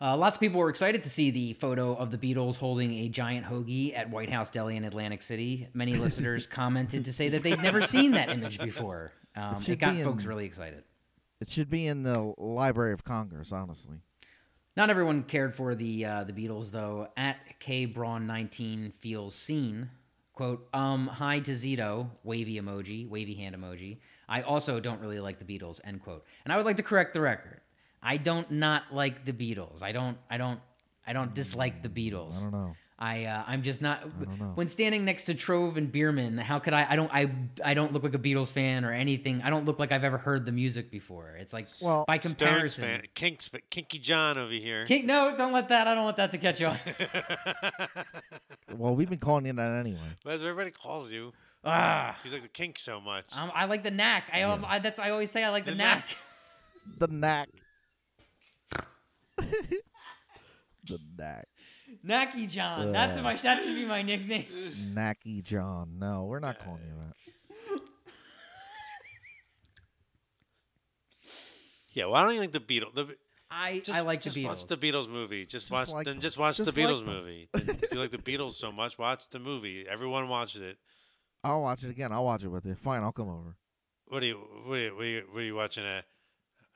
S1: Uh, lots of people were excited to see the photo of the Beatles holding a giant hoagie at White House Deli in Atlantic City. Many
S3: (laughs)
S1: listeners commented to say that they'd never seen that image before. Um, it
S3: should
S1: got
S3: be
S1: folks
S3: in-
S1: really excited.
S3: It should be in the Library of Congress, honestly.
S1: Not everyone cared for the uh, the Beatles though. At K Braun nineteen feels seen. Quote, um, hi to Zito, wavy emoji, wavy hand emoji. I also don't really like the Beatles, end quote. And I would like to correct the record. I don't not like the Beatles. I don't I don't I don't dislike the Beatles.
S3: I don't know.
S1: I uh, I'm just not
S3: don't know.
S1: when standing next to Trove and Bierman. How could I? I don't I I don't look like a Beatles fan or anything. I don't look like I've ever heard the music before. It's like
S3: Well-
S1: by
S2: Stones
S1: comparison,
S2: fan, Kinks, fa- Kinky John over here.
S1: King, no, don't let that. I don't want that to catch you. on.
S2: (laughs)
S3: Well, we've been calling you that anyway.
S2: That's what everybody calls you.
S1: Ah,
S2: He's like the Kinks so much.
S1: um, I like the knack. I, um, I that's I always say I like the,
S2: The
S1: knack.
S2: knack.
S3: The knack. (laughs) the knack.
S1: (laughs) Knacky John. That's
S3: Ugh.
S1: my that should be my nickname.
S2: (laughs)
S3: Knacky John. No, we're not calling you that.
S2: yeah, well, I don't even like the Beatles. The,
S1: I
S2: just
S1: I like
S2: just
S1: the Beatles. (laughs)
S2: watch the Beatles movie. Just,
S3: Just
S2: watch
S3: like
S2: then.
S3: them.
S2: Just watch
S3: Just
S2: the
S3: like
S2: Beatles
S3: them.
S2: movie. Then if you like the Beatles so much, watch the movie. Everyone watched it.
S3: I'll watch it again. I'll watch it with you. Fine, I'll come over.
S2: What are you? What are you? What are you, what are you watching? A,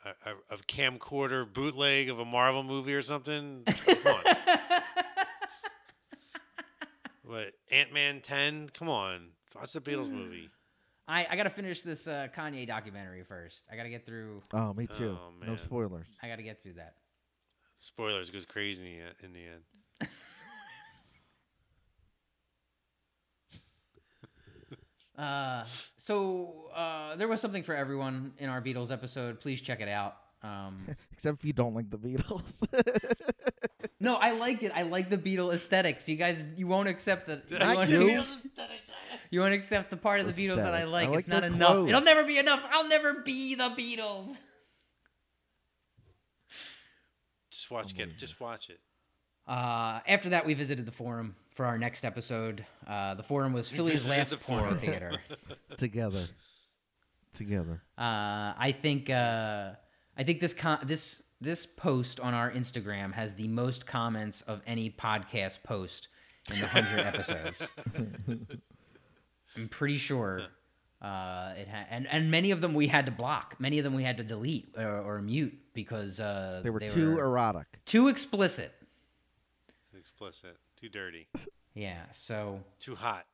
S2: a a- a camcorder bootleg of a Marvel movie or something? Come
S3: (laughs)
S2: on. What Ant Man ten? Come on, watch the
S3: Mm.
S2: Beatles movie.
S1: I I gotta finish this uh, Kanye documentary first. I gotta get through.
S3: Oh, me too.
S2: Oh,
S3: no
S2: man.
S3: spoilers.
S1: I gotta get through that.
S2: Spoilers it goes crazy in the- in the end.
S1: Uh, so uh, there was something for everyone in our Beatles episode. Please check it out. Um,
S3: Except if you don't like the Beatles. (laughs)
S1: no, I like it. I like the Beatle aesthetics. You guys, you won't accept
S2: (laughs)
S1: that. You
S3: I
S1: won't-
S3: do.
S1: You won't accept the part of the Beatles that I
S3: Aesthetic.
S1: like.
S3: I like
S1: it's not
S3: their
S1: enough.
S3: clothes.
S1: It'll never be enough. I'll never be the Beatles.
S2: Just watch
S3: Oh,
S2: it. Just watch it.
S1: Uh, after that, we visited the Forum for our next episode. Uh, the Forum was Philly's
S2: visited
S1: last
S2: the
S1: porno
S2: Forum. (laughs)
S1: theater.
S3: Together. Together.
S1: Uh, I think uh, I think this con- this this post on our Instagram has the most comments of any podcast post in the hundred episodes. I'm pretty sure uh, it ha- and and many of them we had to block. Many of them we had to delete or, or mute because uh,
S3: They were too erotic.
S1: too explicit.
S2: Too explicit. Too dirty.
S1: Yeah, so (laughs)
S2: Too hot.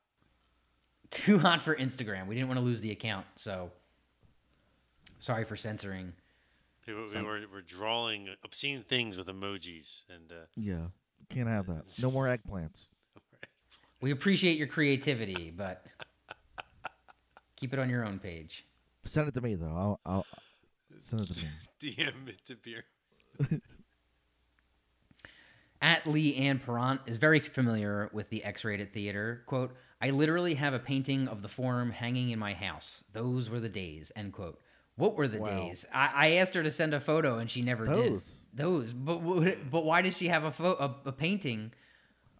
S1: too hot for Instagram. We didn't want to lose the account, so sorry for censoring.
S2: People we
S1: Some-
S2: were, were drawing obscene things with emojis and. Uh,
S3: Yeah. Can't have that. No more eggplants.
S1: We appreciate your creativity, but keep it on your own page.
S3: Send it to me though. I'll, I'll send it to me.
S2: DM it to beer.
S1: At Lee Ann Parent is very familiar with the X-rated theater. Quote, I literally have a painting of the forum hanging in my house. Those were the days, end quote. What were the
S3: Wow.
S1: days? I, I asked her to send a photo and she never did.
S3: Those.
S1: Those. But w- but why does she have a, pho- a, a painting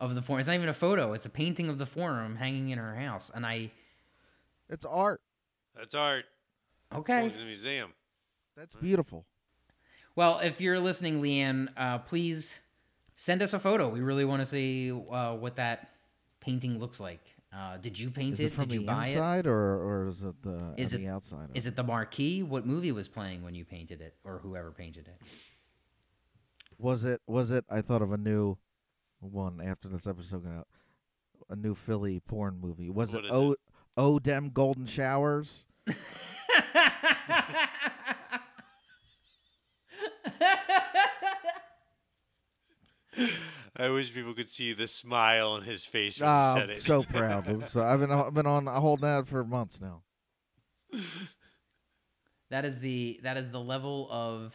S1: of the forum? It's not even a photo. It's a painting of the forum hanging in her house. And I,
S3: It's art.
S2: That's art.
S1: okay.
S2: Belongs in the museum.
S3: That's beautiful.
S1: Well, if you're listening, Leanne, uh, please send us a photo. We really want to see uh, what that painting looks like. Uh, did you paint
S3: Is
S1: it?
S3: it from
S1: did you
S3: the
S1: buy
S3: inside or or is it the
S1: Is
S3: on
S1: it-
S3: the outside?
S1: it? Is it the marquee? What movie was playing when you painted it, or whoever painted it? (laughs)
S3: was it was it I thought of a new one after this episode got out. A new Philly porn movie. Was
S2: What
S3: it
S2: is
S3: O O Dem Golden Showers?
S2: I wish people could see the smile on his face when
S3: Ah,
S2: he said
S3: I'm
S2: it. (laughs)
S3: so proud. I'm so I've been I've been on holding out for months now.
S1: that is the that is the level of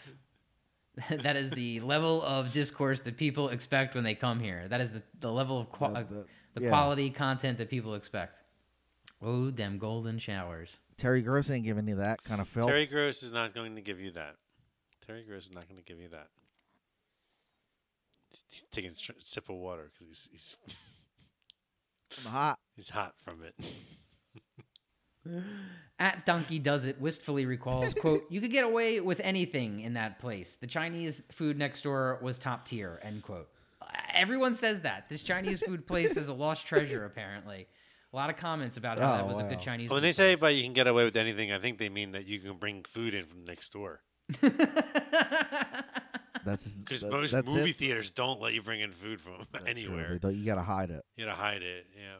S1: (laughs) that is the level of discourse that people expect when they come here. That is the, the level of qua-
S3: Uh, the-
S1: the
S3: yeah.
S1: quality content that people expect. Oh, them golden showers.
S3: Terry Gross ain't giving you that kind of film.
S2: Terry Gross is not going to give you that. Terry Gross is not going to give you that. He's, he's taking a str- sip of water because he's, he's
S3: I'm hot.
S2: he's hot from it.
S1: At Donkey Does It wistfully
S3: (laughs)
S1: recalls, quote, you could get away with anything in that place. The Chinese food next door was top tier, end quote. Uh, Everyone says that. This Chinese food place is a lost treasure, apparently. A lot of comments about how that
S3: Oh,
S1: was a good
S3: wow.
S1: Chinese
S2: when
S1: food
S2: they say about you can get away with anything, I think they mean that you can bring food in from next door.
S1: (laughs)
S2: (laughs)
S3: That's
S2: Because
S3: that-
S2: most
S3: that's
S2: movie
S3: it.
S2: theaters don't let you bring in food from
S3: That's true.
S2: anywhere.
S3: They don't- you gotta hide it.
S2: You gotta hide it. Yeah.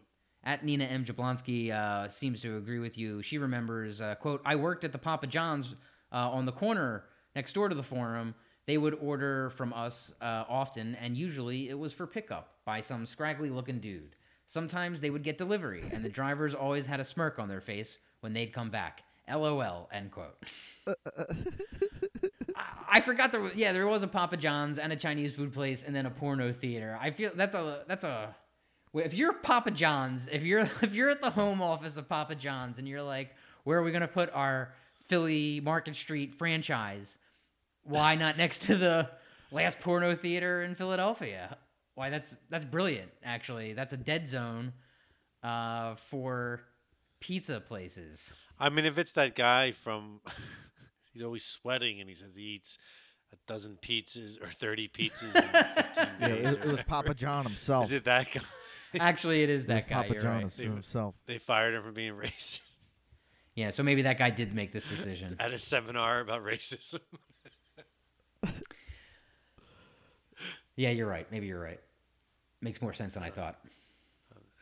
S1: At Nina M. Jablonski uh, seems to agree with you. She remembers, uh, quote, I worked at the Papa John's uh, on the corner next door to the forum. They would order from us uh, often, and usually it was for pickup by some scraggly looking dude. Sometimes they would get delivery, and the drivers always had a smirk on their face when they'd come back. LOL, end quote. I, I forgot there was, yeah, there was a Papa John's and a Chinese food place and then a porno theater. I feel that's a, that's a, well, if you're Papa John's, if you're (laughs) if you're at the home office of Papa John's and you're like, where are we gonna put our Philly Market Street franchise? Why not next to the last porno theater in Philadelphia? Why that's that's brilliant, actually. That's a dead zone uh, for pizza
S3: (laughs)
S1: places.
S2: I mean, if it's that guy from, (laughs) he's always sweating and he says he eats a dozen pizzas or 30 pizzas in 15
S3: Yeah,
S2: days.
S3: it,
S2: or
S3: it was
S2: whatever.
S3: Papa John himself.
S2: Is it that guy? (laughs)
S1: Actually, it is
S3: It was
S1: that guy.
S3: Papa
S1: you're
S3: John
S1: right.
S3: is himself.
S2: They fired him for being (laughs) racist
S1: Yeah, so maybe that guy did make this decision.
S2: at a seminar about racism. (laughs)
S1: Yeah, you're right. Maybe you're right. Makes more sense than I thought.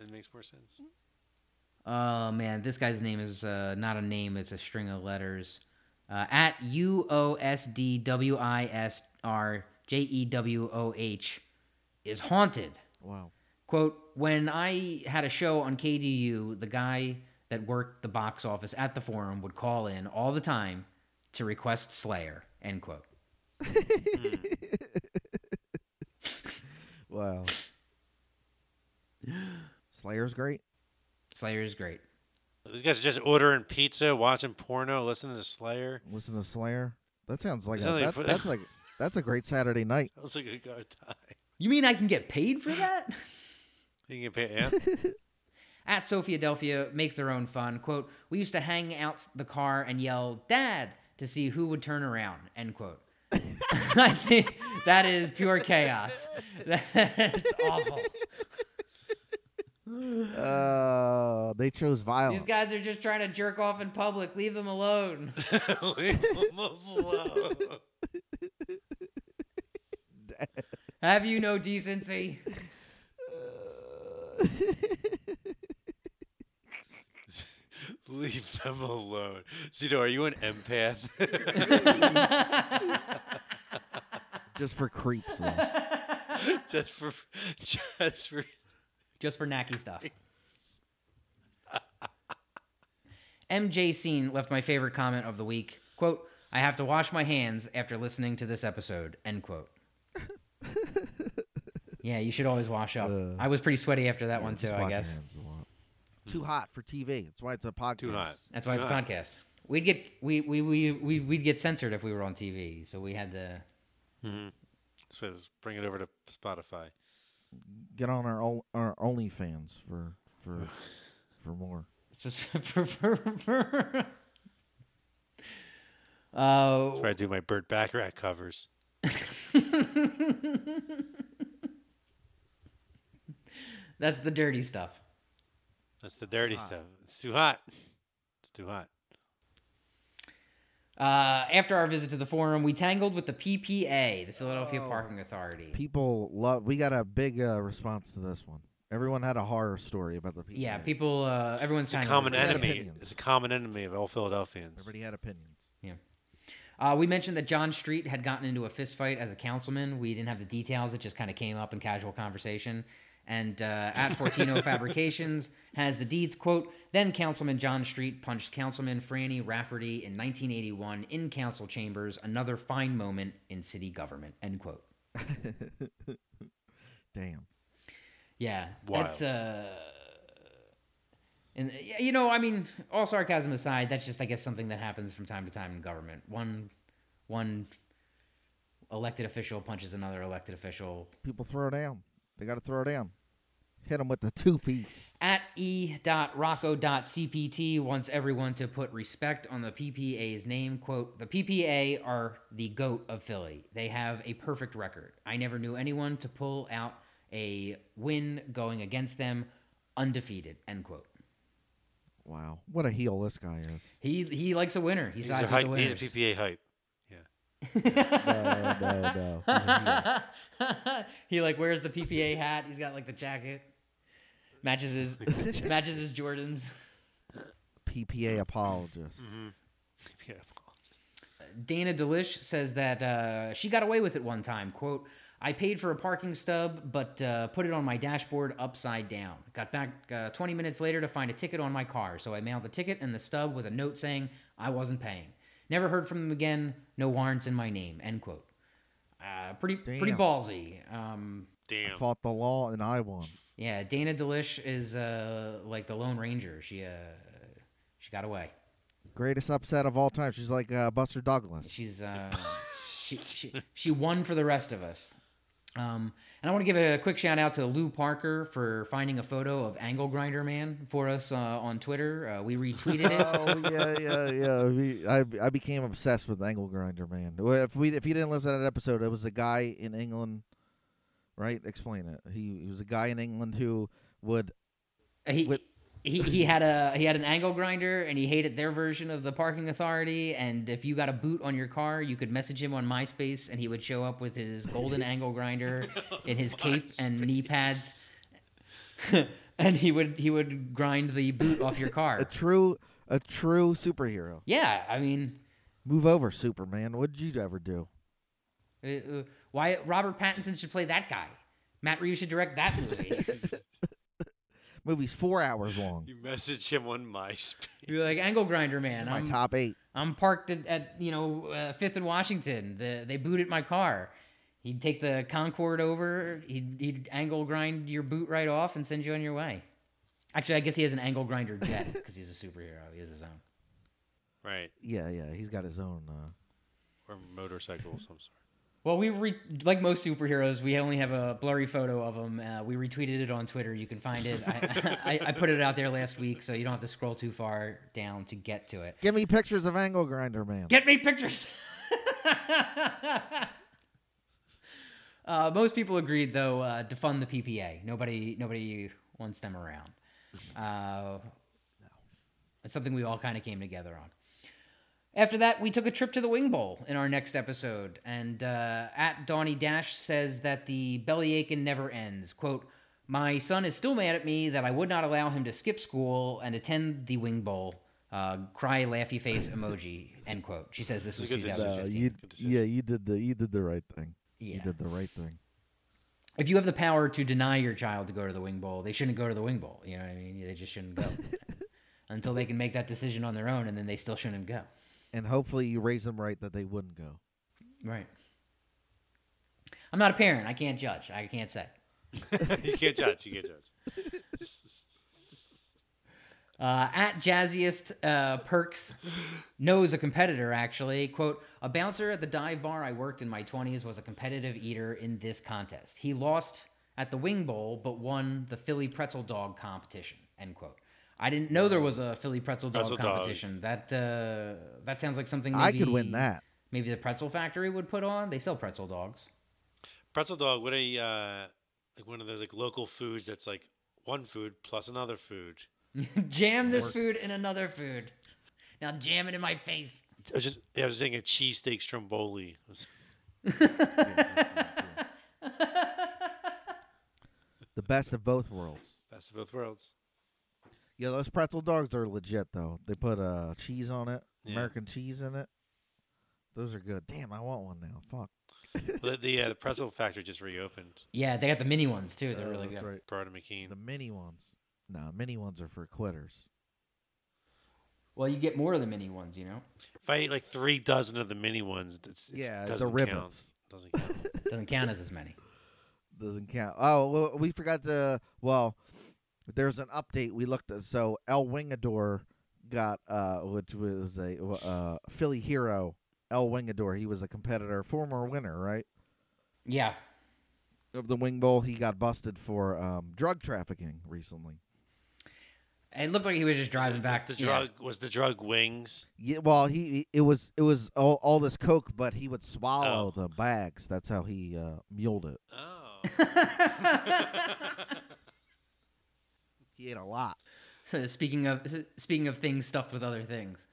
S2: It makes more sense.
S1: Oh man, this guy's name is uh, not a name; it's a string of letters. Uh, at U O S D W I S R J E W O H is haunted.
S3: Wow.
S1: Quote: When I had a show on KDU, the guy that worked the box office at the forum would call in all the time to request Slayer. End quote.
S3: Mm. Wow. Slayer's great.
S1: Slayer is great.
S2: These guys are just ordering pizza, watching porno, listening to Slayer. (laughs)
S3: Listen to Slayer. That sounds like a,
S2: Sounds like
S3: that,
S2: fu-
S3: that's like that's a great Saturday night.
S2: That's a good guy time. (laughs)
S1: You mean I can get paid for that?
S2: You can pay,
S3: (laughs)
S2: yeah.
S1: at Sophiadelphia makes their own fun. Quote, we used to hang out the car and yell, Dad, to see who would turn around, end quote. (laughs) I think that is pure chaos. (laughs) That's awful.
S3: Uh, they chose
S1: These
S3: violence.
S1: guys are just trying to jerk off in public. Leave them alone.
S2: (laughs) Leave him alone.
S1: Have you no decency?
S2: Leave them alone. Zito, are you an empath? (laughs)
S3: Just for creeps. though.
S2: just for (laughs) just for
S1: just for knacky stuff. MJ Scene left my favorite comment of the week. Quote, I have to wash my hands after listening to this episode. End
S3: (laughs)
S1: quote. yeah, you should always wash up.
S3: Uh,
S1: I was pretty sweaty after that (laughs) one
S3: Just
S1: too,
S3: wash your
S1: I guess.
S3: hands a lot. Too hot for TV. That's why it's a podcast.
S2: Too hot.
S1: That's why it's a
S2: Right.
S1: podcast. We'd get we we we we we'd get censored if we were on TV, so we had to (laughs)
S2: So let's bring it over to Spotify.
S3: Get on our ol- our OnlyFans for
S2: (laughs)
S3: for for more.
S1: so- for, for, for, uh,
S2: That's where I do my Burt Bacharach covers.
S1: that's the dirty stuff.
S2: That's the dirty stuff. It's too hot. It's too hot.
S1: Uh, after our visit to the forum, we tangled with the PPA, the Philadelphia
S3: Oh.
S1: Parking Authority.
S3: People love. We got a big uh, response to this one. Everyone had a horror story about the people.
S1: yeah, people. Uh, everyone's
S2: It's a
S1: tangled
S2: common
S1: with it.
S2: enemy.
S3: opinions.
S2: It's a common enemy of all Philadelphians.
S3: Everybody had opinions.
S1: Uh, we mentioned that John Street had gotten into a fist fight as a councilman. We didn't have the details; it just kind of came up in casual conversation. And uh, at Fortino Fabrications has the deeds. Quote: Then Councilman John Street punched Councilman Franny Rafferty in 1981 in council chambers. Another fine moment in city government. End quote.
S3: Damn.
S1: Yeah,
S2: Wild.
S1: that's uh, And yeah, you know, I mean, all sarcasm aside, that's just I guess something that happens from time to time in government. One one elected official punches another elected official.
S3: People throw down. They got to throw down. Hit them with the two piece.
S1: At e e.rocco.cpt wants everyone to put respect on the PPA's name. Quote, the PPA are the goat of Philly. They have a perfect record. I never knew anyone to pull out a win going against them undefeated, end quote.
S3: Wow, what a heel this guy is.
S1: He he likes a winner. He
S2: He's
S1: sides with
S2: a, hype,
S1: the
S2: he's a
S1: winners.
S2: PPA hype. (laughs)
S3: No, no, (laughs) no. He's a
S1: (laughs) he like wears the PPA hat. He's got like the jacket. Matches
S3: (laughs)
S1: his matches his Jordans.
S3: PPA apologist.
S2: Yeah.
S1: Dana Delish says that uh, she got away with it one time. "Quote: I paid for a parking stub, but uh, put it on my dashboard upside down. Got back uh, 20 minutes later to find a ticket on my car, so I mailed the ticket and the stub with a note saying I wasn't paying. Never heard from them again. No warrants in my name." End quote. Uh, pretty pretty
S3: Damn.
S1: ballsy. Um,
S3: I
S2: Damn.
S3: fought the law and I won.
S1: yeah, Dana Delish is uh, like the Lone Ranger. She uh, she got away.
S3: Greatest upset of all time. She's like uh, Buster Douglas.
S1: She's uh, she, she she won for the rest of us. Um, and I want to give a quick shout out to Lou Parker for finding a photo of Angle Grinder Man for us uh, on Twitter. Uh, we retweeted
S3: (laughs)
S1: it.
S3: oh yeah, yeah, yeah. We, I I became obsessed with Angle Grinder Man. Well, If we if you didn't listen to that episode, it was a guy in England, right? Explain it. He, he was a guy in England who would
S1: He,
S3: Whip.
S1: he he had a he had an angle grinder and he hated their version of the parking authority. And if you got a boot on your car, you could message him on MySpace and he would show up with his golden angle grinder in his cape and knee pads. (laughs) and he would he would grind the boot off your
S3: a (laughs)
S1: car.
S3: true a true superhero.
S1: Yeah, I mean,
S3: Move over, Superman. What did you ever do?
S1: Uh, uh, why Robert Pattinson should play that guy? Matt Reeves should direct that
S3: (laughs)
S1: movie.
S3: Movie's four hours long.
S2: You message him on MySpace.
S1: You're like angle grinder
S3: This is
S1: man.
S3: my
S1: I'm,
S3: top eight.
S1: I'm parked at, at you know uh, Fifth and Washington. The, they booted my car. He'd take the Concorde over. He'd, he'd angle grind your boot right off and send you on your way. Actually, I guess he has an angle grinder
S3: (laughs)
S1: jet because he's a superhero. He has his own.
S2: (laughs) Right.
S3: Yeah, yeah. He's got his own. Uh,
S2: Or motorcycle of some sort.
S1: Well, we re- like most superheroes, we only have a blurry photo of him. Uh, we retweeted it on Twitter. You can find it. I, (laughs) I, I put it out there last week, so you don't have to scroll too far down to get to it.
S3: give me pictures of Angle Grinder Man.
S1: Get me pictures. (laughs) uh, most people agreed, though, uh, to fund the PPA. Nobody, nobody wants them around. Uh, It's something we all kind of came together on. After that, we took a trip to the Wing Bowl in our next episode, and uh, at Donnie Dash says that the bellyaching never ends. Quote, my son is still mad at me that I would not allow him to skip school and attend the Wing Bowl. Uh, cry laughy face emoji, end quote. She says this was
S2: Look at this.
S3: Uh,
S1: 2015.
S3: you,
S2: Good decision.
S3: yeah, you did the you did the right thing. You
S1: Yeah.
S3: did the right thing.
S1: if you have the power to deny your child to go to the wing bowl, they shouldn't go to the wing bowl. You know what I mean? They just shouldn't go
S3: (laughs)
S1: until they can make that decision on their own, and then they still shouldn't go.
S3: And hopefully you raise them right that they wouldn't go.
S1: Right. I'm not a parent. I can't judge. I can't say.
S2: (laughs) you can't judge. You can't judge.
S1: Uh, at Jazziest uh, Perks knows a competitor, actually. Quote A bouncer at the dive bar I worked in my 20s was a competitive eater in this contest. He lost at the Wing Bowl, but won the Philly Pretzel Dog competition. End quote. I didn't know there was a Philly Pretzel Dog
S2: Pretzel dog.
S1: competition. That uh, that sounds like something maybe,
S3: I could win that.
S1: Maybe the Pretzel Factory would put on. They sell pretzel dogs.
S2: (laughs) Pretzel dog. What a uh, like one of those like local foods that's like one food plus another food.
S1: jam this
S3: Works.
S1: food in another food. Now jam it in my face.
S2: I was just I was saying a cheesesteak stromboli. (laughs)
S3: The best of both worlds.
S2: Best of both worlds.
S3: Yeah, those pretzel dogs are legit though. They put uh cheese on it,
S2: Yeah.
S3: American cheese in it. Those are good. Damn, I want one now. Fuck.
S2: Well, the the, uh, the pretzel factory just reopened.
S1: Yeah, they got the mini ones too. They're
S3: Uh,
S1: really
S3: that's
S1: good.
S3: right.
S2: Brought McKean.
S3: The mini ones. Nah, mini ones are for quitters.
S1: Well, you get more of the mini ones, you
S3: (laughs)
S1: know.
S2: If I ate like three dozen of the mini ones, it's, it's,
S3: yeah, the
S2: doesn't Count.
S3: ribbons.
S2: Doesn't count.
S1: Doesn't count as as many.
S3: Doesn't count. Oh, well, we forgot to. Well, there's an update we looked at. So El Wingador got uh, which was a uh, Philly hero. El Wingador, he was a competitor, former winner, right,
S1: Yeah.
S3: of the Wing Bowl. He got busted for um, drug trafficking recently.
S1: It looked like he was just driving back.
S2: the
S1: yeah.
S2: drug was the drug wings.
S3: Yeah, well, he, he- it was it was all, all this coke, but he would swallow
S2: Oh.
S3: the bags. That's how he uh, muled it.
S2: Oh.
S3: He ate a lot.
S1: (laughs) so speaking of so speaking of things stuffed with other things.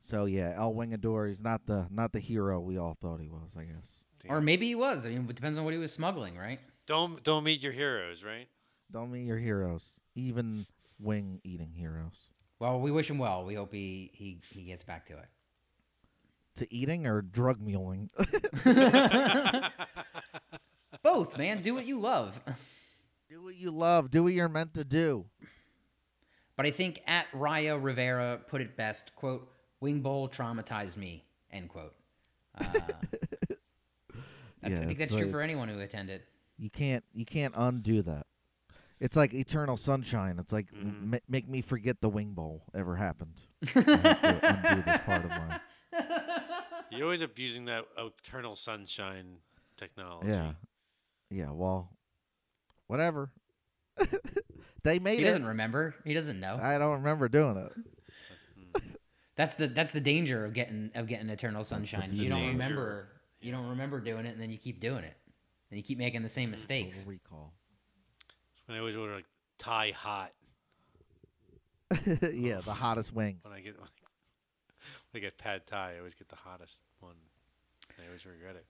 S3: So yeah, El Wingador, he's not the not the hero we all thought he was. I guess.
S1: Or maybe he was. I mean, it depends on what he was smuggling, right?
S2: don't don't meet your heroes,
S3: (laughs)
S2: right?
S3: Don't meet your heroes, even wing eating heroes.
S1: Well, we wish him well. We hope he he, he gets back to it.
S3: To eating or drug muling. (laughs)
S1: (laughs) Both, man. Do what you love.
S3: do what you love. Do what you're meant to do.
S1: But I think at Raya Rivera put it best, quote, Wing Bowl traumatized me, end quote. Uh,
S3: (laughs)
S1: that's- I
S3: Yeah,
S1: think that's
S3: it's-
S1: true for
S3: it's-
S1: anyone who attended.
S3: You can't you can't undo that. It's like eternal sunshine. It's like
S1: Mm-hmm.
S2: Mhm.
S3: ma- make me forget the wing bowl ever happened. (laughs) I have to undo this part of mine.
S2: You're always abusing that eternal sunshine technology.
S3: Yeah, yeah. Well, whatever. (laughs) they made
S1: He
S3: it.
S1: doesn't remember. He doesn't know.
S3: I don't remember doing it.
S2: That's- mm.
S1: That's the that's the danger of getting of getting eternal sunshine. You don't
S2: danger.
S1: remember you don't remember doing it and then you keep doing it. And you keep making the same mistakes.
S3: Total recall. (laughs)
S2: When I always order like Thai hot
S3: yeah, the hottest wings.
S2: when I get (laughs) when I get pad Thai, I always get the hottest one. And I always regret it.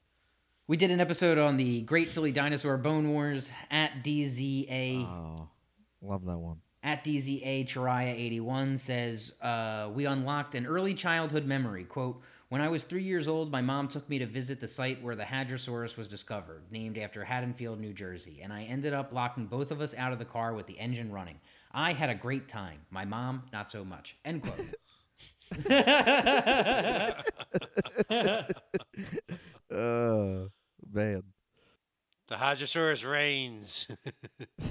S1: We did an episode on the Great Philly Dinosaur Bone Wars at DZA
S3: Oh, love that one.
S1: at DZA Chariah81 says, uh, We unlocked an early childhood memory. Quote, When I was three years old, my mom took me to visit the site where the Hadrosaurus was discovered, named after Haddonfield, New Jersey, and I ended up locking both of us out of the car with the engine running. I had a great time. My mom, not so much. End quote. (laughs)
S3: Uh, man.
S2: The Hadrosaurus reigns. (laughs)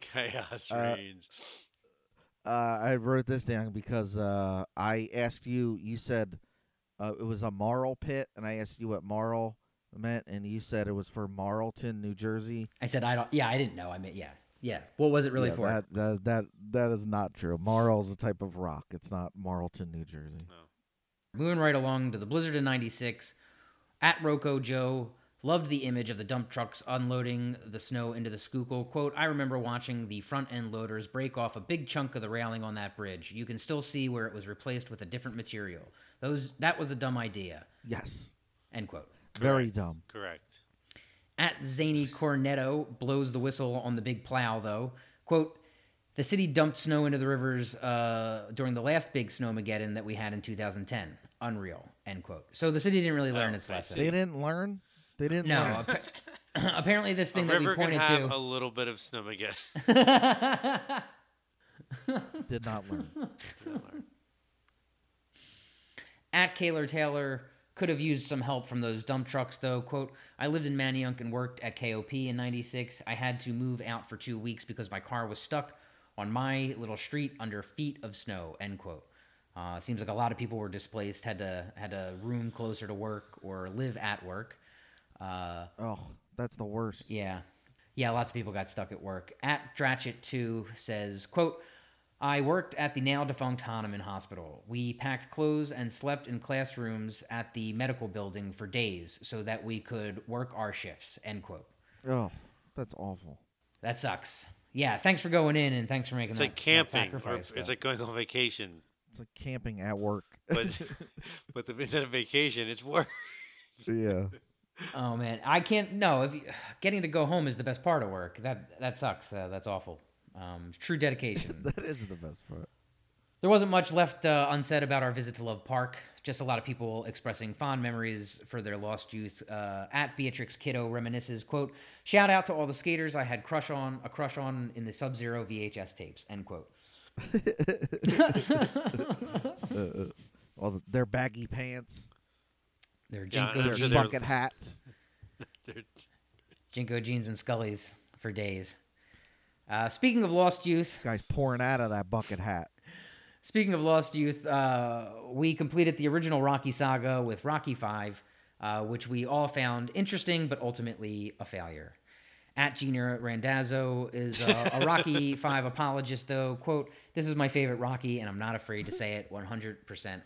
S2: Chaos
S3: Uh,
S2: reigns.
S3: Uh, I wrote this down because uh, I asked you. You said uh, it was a marl pit, and I asked you what marl meant, and you said it was for Marlton, New Jersey.
S1: I said, I don't, yeah, I didn't know. I mean, yeah. Yeah. What was it really
S3: Yeah,
S1: for?
S3: that, that that that is not true. Marl is a type of rock. It's not Marlton, New Jersey.
S1: Moving right along to the Blizzard in 96. At Roco Joe loved the image of the dump trucks unloading the snow into the Schuylkill. Quote, I remember watching the front end loaders break off a big chunk of the railing on that bridge. You can still see where it was replaced with a different material. Those that was a dumb idea.
S3: Yes,
S1: End quote.
S3: very
S2: Correct.
S3: dumb.
S2: Correct.
S1: At Zany Cornetto blows the whistle on the big plow, though. Quote, the city dumped snow into the rivers uh, during the last big snowmageddon that we had in 2010. Unreal. End quote. So the city didn't really learn
S2: Oh,
S1: its
S2: I
S1: lesson.
S3: They didn't learn. They didn't.
S1: No,
S3: learn.
S1: appa- (laughs) apparently this
S2: A
S1: thing that we
S2: river can
S1: pointed
S2: have
S1: to.
S2: a little bit of snow
S1: (laughs)
S2: again. (laughs)
S3: did not learn. (laughs)
S1: At Kaylor Taylor could have used some help from those dump trucks, though. Quote, I lived in Manayunk and worked at KOP in 96. I had to move out for two weeks because my car was stuck on my little street under feet of snow, end quote. Uh, seems like a lot of people were displaced, had to had a room closer to work or live at work. Uh,
S3: Oh, that's the worst.
S1: Yeah. Yeah, lots of people got stuck at work. At Dratchett2 says, quote, I worked at the now defunct Hahnemann Hospital. We packed clothes and slept in classrooms at the medical building for days so that we could work our shifts, end quote.
S3: Oh, that's awful.
S1: That sucks. Yeah, thanks for going in and thanks for making
S2: It's
S1: that,
S2: like
S1: that
S2: camping. Or
S1: sacrifice.
S2: it's
S1: though.
S2: like going on vacation.
S3: It's like camping at work.
S2: But
S1: (laughs)
S2: (laughs) but the instead of vacation, it's (laughs) work.
S3: yeah.
S1: oh man, I can't. No, if you, getting to go home is the best part of work. That that sucks. Uh, that's awful. Um, true
S3: (laughs)
S1: dedication.
S3: (laughs) That is the best part. (laughs)
S1: There wasn't much left uh, unsaid about our visit to Love Park. Just a lot of people expressing fond memories for their lost youth. Uh, at Beatrix Kiddo reminisces, quote, "Shout out to all the skaters I had crush on a crush on in the Sub Zero VHS tapes." End quote.
S3: All the, their baggy pants,
S1: Their
S2: Yeah,
S1: Jinko,
S2: I'm
S3: their
S2: sure
S1: jeans,
S2: there was-
S3: bucket hats.
S2: (laughs) They're-
S1: Jinko jeans and Scullies for days. Uh, speaking of lost youth,
S3: Guy's pouring out of that
S2: (laughs)
S3: bucket hat.
S1: Speaking of Lost Youth, uh, we completed the original Rocky saga with Rocky Five, uh, which we all found interesting, but ultimately a failure. At Gina Randazzo is a,
S3: (laughs)
S1: a Rocky Five apologist, though. "Quote: This is my favorite Rocky, and I'm not afraid to say it. 100%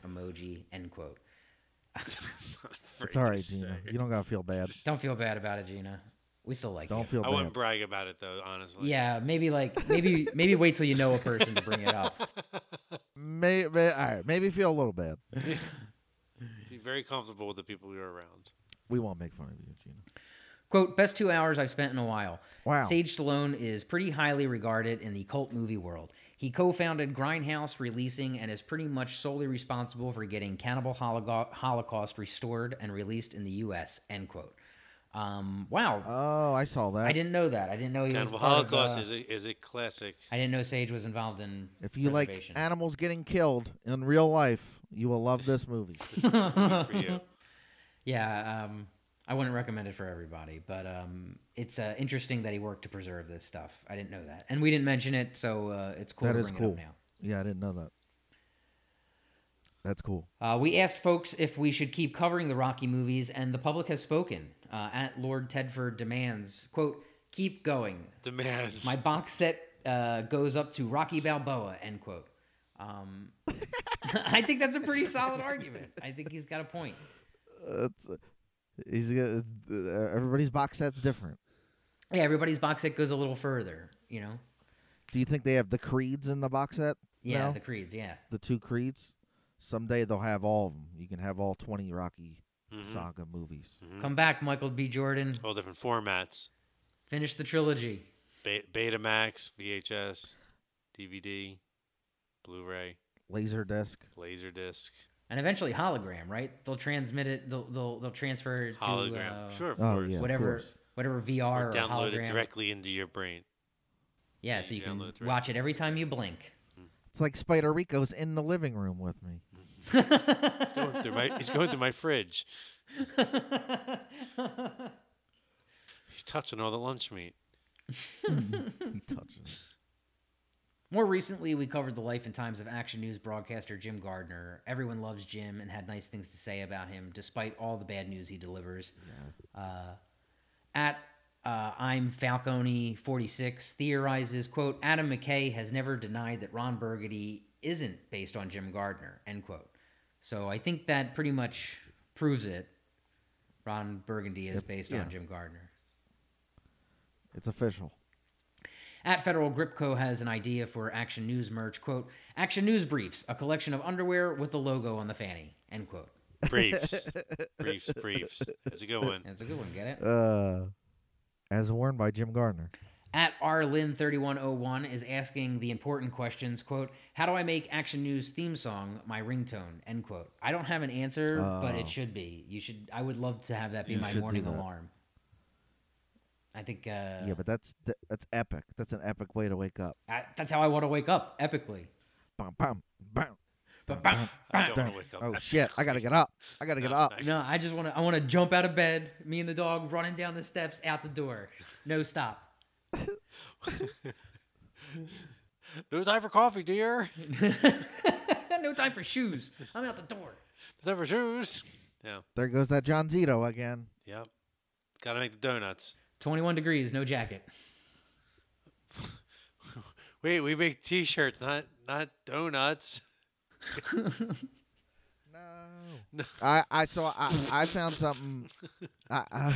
S1: emoji." End quote.
S3: It's all right, Gina. You don't gotta
S2: (laughs)
S3: feel bad.
S1: Don't feel bad about it, Gina. We still like
S3: Don't
S1: you.
S3: feel
S2: I
S3: bad.
S2: wouldn't brag about it though, honestly.
S1: Yeah, maybe like maybe maybe wait till you know a person to bring it up.
S3: (laughs) May, may, all right, maybe feel a little bad.
S2: Be very comfortable with the people you're around.
S3: We won't make fun of you, Gina.
S1: Quote: Best two hours I've spent in a while.
S3: Wow.
S1: Sage Stallone is pretty highly regarded in the cult movie world. He co founded Grindhouse Releasing and is pretty much solely responsible for getting Cannibal Hologo- Holocaust restored and released in the U.S. End quote. Um, wow.
S3: oh, I saw that.
S1: I didn't know that. I didn't know he
S2: Cannibal
S1: was. part of,
S2: Holocaust
S1: uh,
S2: is a, is
S1: (laughs)
S2: a classic.
S1: I didn't know Sage was involved
S3: (laughs)
S1: in. (laughs)
S3: If you like
S1: preservation.
S3: animals getting killed in real life, you will love this movie. (laughs)
S2: This is a good movie for you.
S1: Yeah, um, I wouldn't recommend it for everybody, but um, it's uh, interesting that he worked to preserve this stuff. I didn't know that, and we didn't mention it, so uh, it's cool
S3: That
S1: to
S3: is
S1: bring it
S3: cool.
S1: up now.
S3: yeah, I didn't know that. That's cool.
S1: Uh, we asked folks if we should keep covering the Rocky movies, and the public has spoken. Uh, at Lord Tedford demands, "quote Keep going.
S2: Demands.
S1: My box set uh, goes up to Rocky Balboa." End quote. Um, (laughs) I think that's a pretty solid argument. I think he's got a point.
S3: That's, he's uh, uh, everybody's box set's different.
S1: Yeah, everybody's box set goes a little further. You know.
S3: Do you think they have the creeds in the box set?
S1: Yeah,
S3: No.
S1: the creeds. Yeah.
S3: The two creeds. Someday they'll have all of them. You can have all twenty Rocky
S2: Mhm.
S3: saga movies.
S2: Mhm.
S1: Come back, Michael B. Jordan.
S2: All different formats.
S1: Finish the trilogy.
S2: Be- Betamax, VHS, DVD, Blu-ray,
S3: Laserdisc.
S2: Laserdisc,
S1: And eventually hologram, right? They'll transmit it. They'll they'll, they'll transfer it to
S2: hologram.
S1: uh,
S2: sure, of
S3: Oh
S2: course.
S3: yeah. of
S1: whatever
S3: course.
S1: whatever VR or,
S2: Or download
S1: hologram.
S2: it directly into your brain.
S1: Yeah,
S2: Yeah,
S1: so
S2: you
S1: you
S2: can
S1: can
S2: download it directly.
S1: watch it every time you blink.
S3: It's like Spider Rico's in the living room with me.
S2: Going through my, he's going through my fridge.
S1: (laughs)
S2: He's touching all the lunch meat.
S3: (laughs) He touches.
S1: More recently, we covered the life and times of action news broadcaster Jim Gardner. Everyone loves Jim and had nice things to say about him, despite all the bad news he delivers. Uh, at uh, I'm Falcone 46 theorizes, quote, Adam McKay has never denied that Ron Burgundy isn't based on Jim Gardner, end quote. So I think that pretty much proves it. Ron Burgundy is
S3: Yep,
S1: based
S3: yeah.
S1: on Jim Gardner.
S3: It's official.
S1: At Federal Grip Co. has an idea for Action News merch, quote, Action News Briefs, a collection of underwear with the logo on the fanny, end quote.
S3: (laughs)
S2: Briefs, briefs, briefs. That's a good one.
S1: That's a good one, get it?
S3: Uh, as worn by Jim Gardner.
S1: at rlin3101 is asking the important questions quote how do i make action news theme song my ringtone end quote i don't have an answer but
S3: Oh.
S1: it should be you should i would love to have that be
S3: You
S1: my
S3: should do
S1: morning
S3: that.
S1: alarm i think uh,
S3: Yeah, but that's th- that's epic. That's an epic way to wake up.
S1: I, that's how i want to wake up epically
S3: Bam, bam, bam. bam,
S1: Bam,
S2: I don't
S3: bam.
S2: want to wake up.
S3: Oh shit! I gotta get up. I gotta
S2: (laughs)
S3: get
S2: No,
S3: up.
S2: no.
S1: no i just want to i want to jump out of bed me and the dog running down the steps out the door no stop (laughs)
S2: No time for coffee, dear.
S1: no time for shoes i'm out the door
S2: No time for shoes. Yeah.
S3: There goes that John Zito again.
S2: Yep. Gotta make the donuts.
S1: 21 degrees no jacket
S2: Wait, we make T-shirts, not not donuts.
S3: No. (laughs) I I saw I, I found something. I, I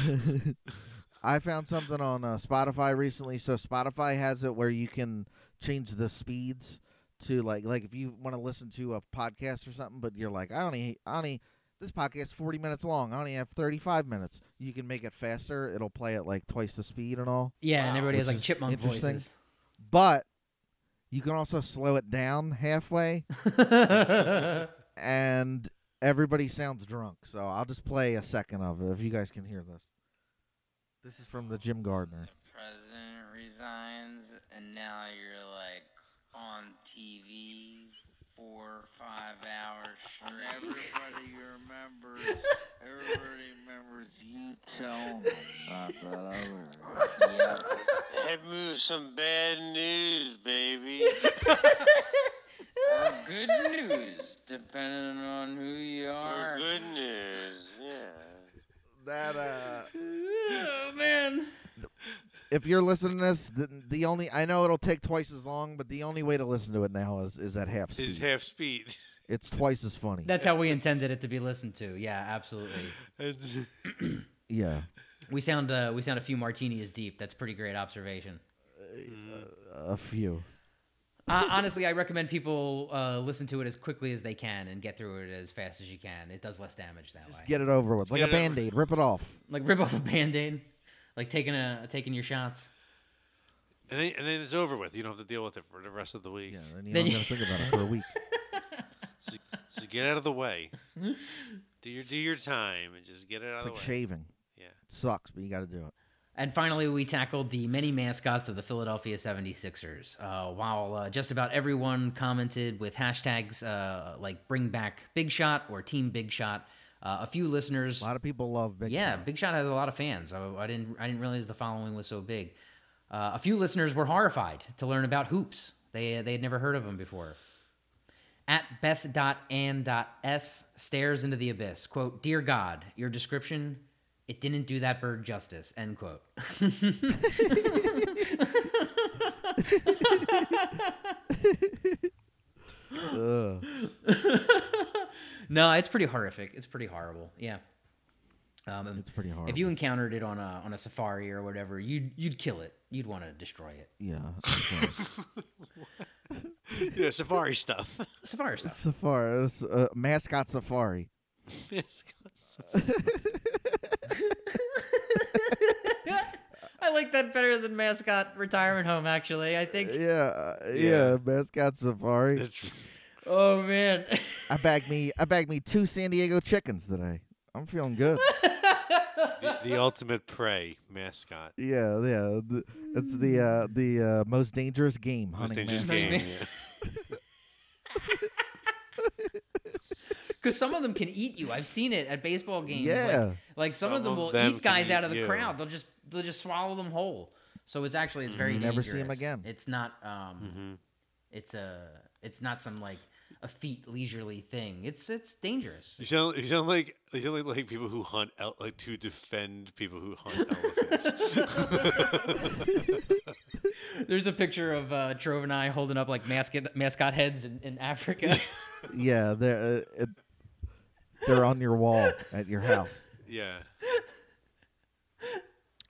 S3: (laughs) I found something on uh, Spotify recently. So Spotify has it where you can change the speeds to like like if you want to listen to a podcast or something, but you're like I only I only this podcast is 40 minutes long. I only have 35 minutes. You can make it faster. It'll play at like twice the speed and all.
S1: yeah and
S2: Wow.
S1: everybody has
S3: Which
S1: like
S3: is
S1: chipmunk
S3: interesting.
S1: voices (laughs)
S3: But you can also slow it down halfway and everybody sounds drunk. So I'll just play a second of it if you guys can hear this. This is from the Jim Gardner.
S4: president resigns, and now you're like on TV four or (laughs) five hours straight. Everybody remembers. Everybody remembers you tell me about that other. yep.
S5: That moves some bad news, baby.
S4: Or good news, depending on who you
S5: Or
S4: are.
S5: good news, yeah.
S3: That uh,
S1: Oh man.
S3: if you're listening to this, the, the only I know it'll take twice as long, but the only way to listen to it now is is at half
S2: Is
S3: speed.
S2: half speed. (laughs)
S3: it's twice as funny.
S1: That's how we intended it to be listened to. Yeah, absolutely.
S2: And-
S3: yeah.
S1: We sound uh, we sound a few martinis deep. That's pretty great observation.
S3: a few.
S1: uh, honestly, I recommend people uh, listen to it as quickly as they can and get through it as fast as you can. It does less damage that way.
S3: Just get it over with. Like
S2: get
S3: a
S2: it over-
S3: band aid, rip it off.
S1: like rip off a band-aid, like taking a taking your shots.
S2: And then, and then it's over with. You don't have to deal with it for the rest of the week. (laughs)
S3: Yeah, then you
S1: Then
S3: don't
S1: you-
S3: gotta think about it for a week.
S2: So, so get out of the
S3: (laughs)
S2: way. do your do your time and just get it out of
S3: It's
S2: the
S3: like
S2: way.
S3: shaving.
S2: Yeah.
S3: It sucks, but you gotta do it.
S1: And finally, we tackled the many mascots of the Philadelphia 76ers. Uh, while uh, just about everyone commented with hashtags uh, like bring back Big Shot or Team Big Shot, uh, a few listeners.
S3: A lot of people love big.
S1: yeah,
S3: Shot.
S1: Big Shot has a lot of fans. I, I didn't I didn't realize the following was so big. Uh, a few listeners were horrified to learn about hoops. They they had never heard of them before. At Beth.Ann.S stares into the abyss. Quote, Dear God, your description, it didn't do that bird justice. End quote. (laughs)
S3: Ugh.
S1: (laughs) no, it's pretty horrific. It's pretty horrible. Yeah. Um, and
S3: It's pretty hard.
S1: if you encountered it on a on a safari or whatever, you'd you'd kill it. You'd want to destroy it.
S3: yeah, okay.
S2: yeah, (laughs) safari stuff.
S1: Safari
S3: (laughs)
S1: stuff. (laughs)
S3: safari, it's, uh, mascot safari.
S1: I like that better than mascot retirement home. Actually, I think.
S3: Yeah, uh, yeah,
S2: Yeah.
S3: mascot safari.
S2: That's-
S1: Oh man. (laughs)
S3: I bagged me, I bagged me two San Diego chickens today. I'm feeling good.
S2: the, the ultimate prey mascot.
S3: yeah, yeah. th- It's the uh, the uh, most dangerous game.
S2: Most
S3: Hunting
S2: dangerous
S3: mascot. (laughs)
S2: game.
S1: Hunting
S2: yeah.
S1: Because some of them can eat you. I've seen it at baseball games.
S3: Yeah.
S1: Like, like some, of
S2: Some
S1: them
S2: of
S1: will
S2: them
S1: eat
S2: can
S1: guys
S2: eat
S1: out of the
S2: you.
S1: crowd. They'll just they'll just swallow them whole. So it's actually it's very
S3: Mm-hmm. You never see 'em
S1: dangerous.
S3: again.
S1: It's not um
S2: Mhm.
S1: it's a it's not some like effete leisurely thing. It's it's dangerous.
S2: You sound you sound like you sound like, like people who hunt el- like to defend people who
S3: (laughs)
S2: hunt elephants. (laughs)
S1: There's a picture of uh, Trove and I holding up like mascot mascot heads in, in (laughs) Africa.
S3: Yeah, they're uh, it, they're on your wall at your house.
S2: yeah.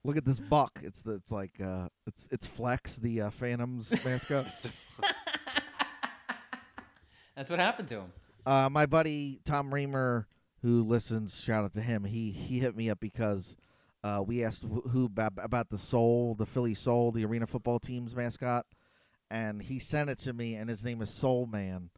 S3: Look at this buck. It's the, it's like uh, it's it's Flex, the uh, Phantom's mascot.
S1: That's what happened to him.
S3: uh, my buddy Tom Reamer, who listens, shout out to him. He he hit me up because uh, we asked wh- who ab- about the Soul, the Philly Soul, the Arena Football Team's mascot, and he sent it to me. And his name is Soul Man,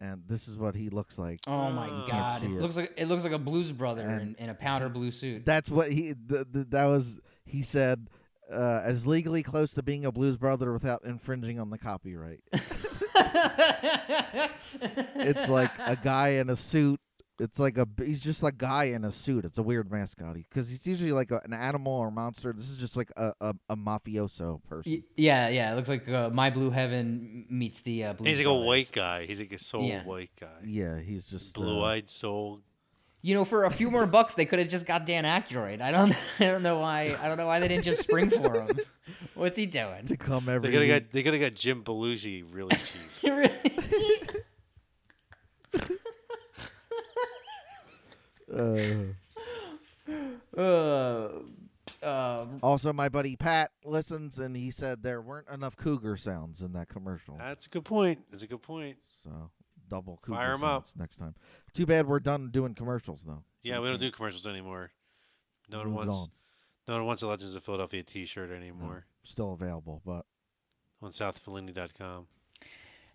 S3: and this is what he looks like.
S1: Oh my
S2: Oh.
S1: god! It
S3: Can't see it.
S1: looks like it looks like a blues brother in,
S3: And-
S1: in a powder blue suit. (laughs)
S3: That's what he. Th- th- that was he said. Uh, as legally close to being a blues brother without infringing on the copyright. It's like a guy in a suit. It's like a b- he's just a guy in a suit. It's a weird mascot because he's usually like a, an animal or monster. This is just like a a, a mafioso person.
S1: Y- yeah, yeah. It looks like uh, My Blue Heaven meets the uh, Blues
S2: He's like a
S1: Brothers.
S2: white guy. He's like a soul
S1: Yeah.
S2: white guy.
S3: Yeah, he's just uh,
S2: Blue eyed soul.
S1: You know, for a few more bucks, they could have just got Dan Aykroyd. I don't, (laughs) I don't know why. I don't know why they didn't just spring for (laughs) him. What's he doing?
S3: (laughs) to come
S2: They
S3: every.
S2: could have
S3: week.
S2: got they could have got Jim Belushi really cheap.
S1: (laughs) Really? (laughs)
S3: Uh,
S1: uh, uh,
S3: also, my buddy Pat listens, and he said there weren't enough cougar sounds in that commercial.
S2: That's a good point. That's a good point.
S3: So double cougar
S2: Fire 'em up.
S3: sounds next time. Too bad we're done doing commercials though.
S2: Yeah, we don't do commercials anymore. No one
S3: Moved
S2: wants
S3: on.
S2: no one wants a Legends of Philadelphia t shirt anymore
S3: Still available, but
S2: on southfellini.com.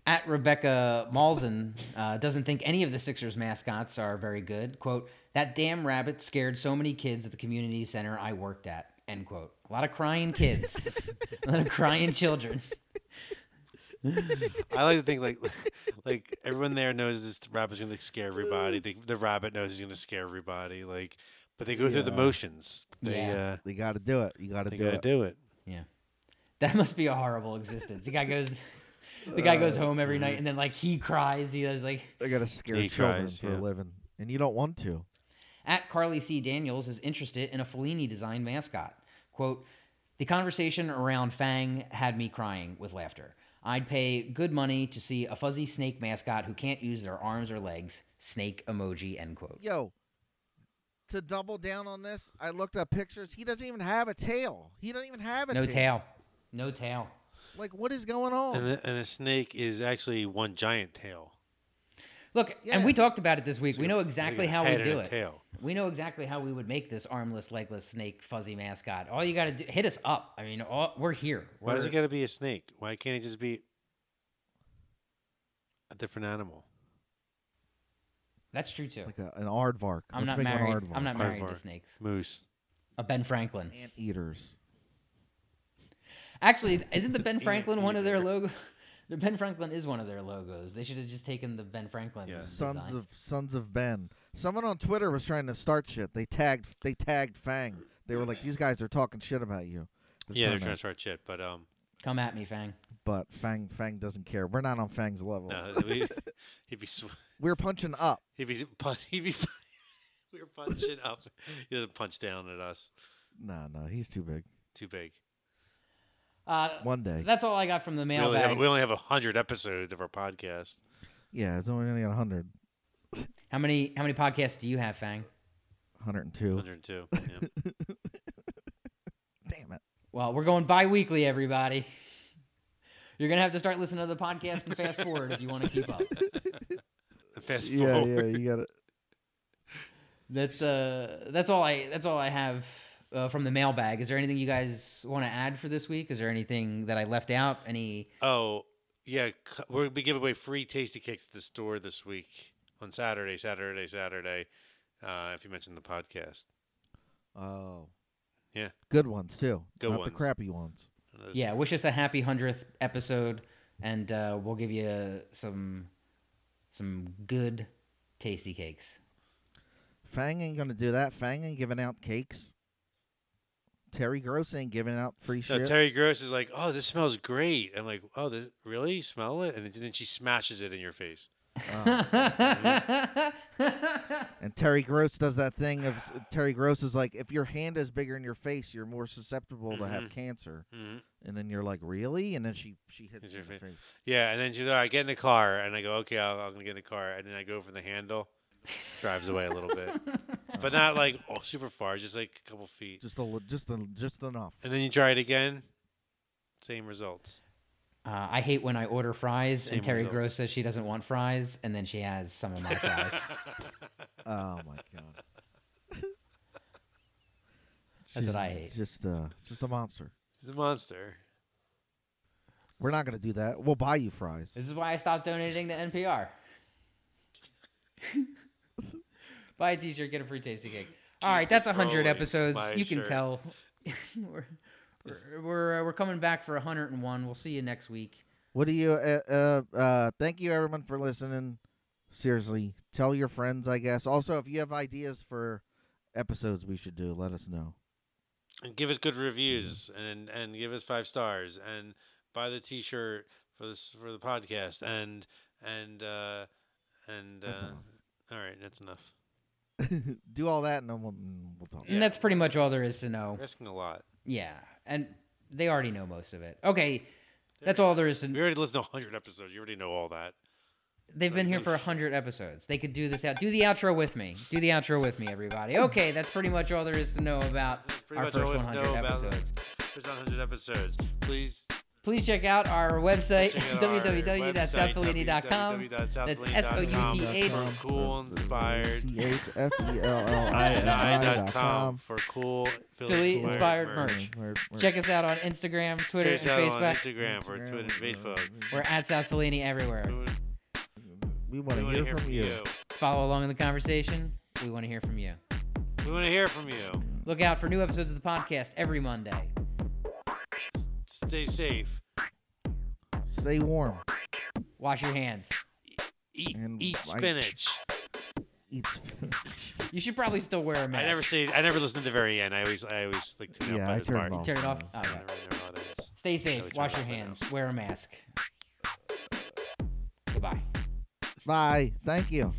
S1: at Rebecca Malzin uh, doesn't think any of the Sixers mascots are very good. Quote, that damn rabbit scared so many kids at the community center I worked at. End quote. A lot of crying kids. a lot of crying children.
S2: I like to think like (laughs) like everyone there knows this rabbit's gonna scare everybody. The, the rabbit knows he's gonna scare everybody. Like, but But they go through the
S3: Yeah.
S2: motions. They
S1: Yeah.
S2: uh,
S3: You got to do it. You got to
S2: they
S3: do
S2: gotta
S3: it.
S2: do it.
S1: That must be a horrible existence. The guy goes, the guy goes
S3: Uh,
S1: home every night, and then like he cries. He does like
S3: I got to scare
S2: He
S3: children
S2: tries,
S3: for
S2: yeah.
S3: a living, and you don't want to.
S1: At Carly C. Daniels is interested in a Fellini designed mascot. Quote, the conversation around Fang had me crying with laughter. I'd pay good money to see a fuzzy snake mascot who can't use their arms or legs. Snake emoji, end quote.
S3: Yo, to double down on this, I looked up pictures. He doesn't even have a tail. He doesn't even have a
S1: No
S3: tail.
S1: tail. No tail.
S3: Like, what is going on?
S2: And, the, and a snake is actually one giant tail.
S1: Look, and
S3: Yeah.
S1: we talked about it this week.
S2: So
S1: we
S2: you
S1: know
S2: have- I think
S1: exactly
S2: a
S1: how we
S2: head and
S1: do
S2: a
S1: it.
S2: Tail.
S1: We know exactly how we would make this armless, legless snake fuzzy mascot. All you got to do, hit us up. I mean, all, we're here.
S2: Why does
S1: We're-
S2: it gotta be a snake? Why can't it just be a different animal?
S1: That's true too.
S3: like a, an aardvark.
S1: I'm not
S3: Let's make one
S1: married.
S3: aardvark.
S1: I'm not married to
S2: Aardvark.
S1: snakes.
S2: Moose.
S1: A Ben Franklin.
S3: Ant eaters.
S1: Actually, isn't the Ben
S2: Ant
S1: Franklin one of their
S2: eater.
S1: logo? The Ben Franklin is one of their logos. They should have just taken the Ben Franklin.
S2: Yeah.
S1: design.
S3: Sons of Sons of Ben. Someone on Twitter was trying to start shit. They tagged they tagged Fang. They were like, these guys are talking shit about you.
S2: Yeah, they're
S3: to-
S2: trying to start shit, but um,
S1: Come at me, Fang.
S3: But Fang Fang doesn't care. We're not on Fang's level.
S2: no, (laughs)
S3: (laughs)
S2: we- he'd be sw-
S3: We're punching up.
S2: he'd be (laughs) pun- he'd be. we were punching up. He doesn't punch down at us.
S3: No, no, he's too big.
S2: Too big.
S1: Uh,
S3: One day.
S1: that's all I got from the
S2: We only, have,
S1: mailbag.
S2: we only have a hundred episodes of our podcast.
S3: Yeah, it's only gonna get 100,
S1: How many how many podcasts do you have, Fang?
S3: 102.
S2: Hundred two.
S3: (laughs)
S2: Yeah.
S3: Damn it.
S1: Well, we're going bi-weekly, everybody. (laughs) You're gonna have to start listening to the podcast and fast forward if you want to keep up.
S2: Fast
S3: Yeah,
S2: forward.
S3: yeah, you got it.
S1: That's uh that's all I that's all I have uh, from the mailbag. Is there anything you guys want to add for this week? Is there anything that I left out? Any
S2: Oh, yeah. c- We're gonna be giving away free tasty cakes at the store this week on Saturday, Saturday, Saturday. Uh, if you mention the podcast,
S3: Oh.
S2: Yeah.
S3: Good ones too.
S2: Good
S3: not
S2: ones.
S3: the crappy ones.
S2: None of those-
S1: yeah wish us a happy 100th episode and uh, we'll give you uh, some some good tasty cakes
S3: Fang ain't gonna do that. Fang ain't giving out cakes. Terry Gross ain't giving out free
S2: No,
S3: shit.
S2: Terry Gross is like, "Oh, this smells great." I'm like, "Oh, this really? Smell it?" And then she smashes it in your face.
S3: Oh. And Terry Gross does that thing of Terry Gross is like, if your hand is bigger than your face, you're more susceptible to have cancer.
S2: Mhm.
S3: And then you're like, really? And then she she hits
S2: Hits
S3: you in
S2: your
S3: the face.
S2: Yeah, and then she's like, "All right, get in the car," and I go, "Okay, I'll, I'm gonna get in the car," and then I go for the handle, drives away a little (laughs) bit, but not like oh, super far, just like a couple feet,
S3: Just a li- just a, just enough.
S2: and then you try it again, same results.
S1: (laughs) uh, i hate when i order fries
S2: Same
S1: and terry
S2: results.
S1: gross says she doesn't want fries and then she has some of my fries
S3: Oh my god.
S1: That's what I
S3: She's
S1: hate.
S3: Just uh, just a monster.
S2: She's a monster.
S3: We're not gonna do that. We'll buy you fries.
S1: this is why i stopped donating to
S2: (laughs)
S1: npr buy a t-shirt get a free tasty cake all right that's
S2: it
S1: 100
S2: rolling,
S1: episodes
S2: buy a
S1: you can
S2: shirt.
S1: tell (laughs) we're, we're, we're, uh, we're coming back for 101 we'll see you next week
S3: What do you? Uh, uh, uh, thank you everyone for listening. Seriously, tell your friends. I guess. Also, if you have ideas for episodes we should do, let us know. (laughs)
S2: and give us good reviews and and give us five stars and buy the t-shirt for this for the podcast and and uh and
S3: That's
S2: uh, all right that's enough
S3: do all that, and then we'll, mm, we'll talk.
S2: Yeah.
S1: And that's pretty much all there is to know.
S2: we're asking a lot
S1: Yeah. And they already know most of it. Okay. That's all there is to
S2: we already listened to 100 episodes you already know all that
S1: They've been here for 100 episodes. They could do this out. Do the outro with me. Do the outro with me, everybody. Okay. That's pretty much all there is to know about
S2: That's pretty
S1: our
S2: much
S1: first
S2: all we know
S1: 100
S2: about
S1: episodes.
S2: there's 100 episodes please
S1: Please check out our website,
S2: check out our website,
S1: www.southfellini.com. That's
S2: www.southfellini.com.
S1: S-O-U-T-H.
S2: For cool inspired
S3: T H F E L L
S2: I
S3: I
S2: and
S3: N
S2: I
S3: I dot
S2: dot com
S3: com.
S2: for cool
S1: Philly inspired merch.
S3: We're- we're-
S1: Check us out on Instagram, Twitter,
S2: Check
S1: and
S2: us out
S1: Facebook.
S2: on Instagram or Twitter and Facebook.
S1: We're at South Fellini everywhere.
S3: We want
S2: We
S3: to
S2: want
S3: hear from you.
S1: Follow along in the conversation. We want to hear from you.
S2: We want to hear from you.
S1: Look out for new episodes of the podcast every Monday.
S2: Stay safe.
S3: Stay warm.
S1: Wash your hands.
S2: Eat,
S3: And
S2: eat
S3: like-
S2: spinach.
S3: Eat. spinach.
S1: You should probably still wear a mask.
S2: I never see. I never listen to the very end. I always, I always like tune
S3: Yeah,
S2: out by
S3: I
S2: this
S3: turn
S2: part.
S3: them off.
S1: Turn it off.
S2: I
S1: Oh,
S2: never,
S1: yeah.
S2: never know how that is.
S1: Stay
S2: Shall we
S1: safe.
S2: turn
S1: Wash
S2: it
S1: your
S2: off right
S1: hands. Wear a mask. Goodbye.
S3: (laughs) Bye. Thank you.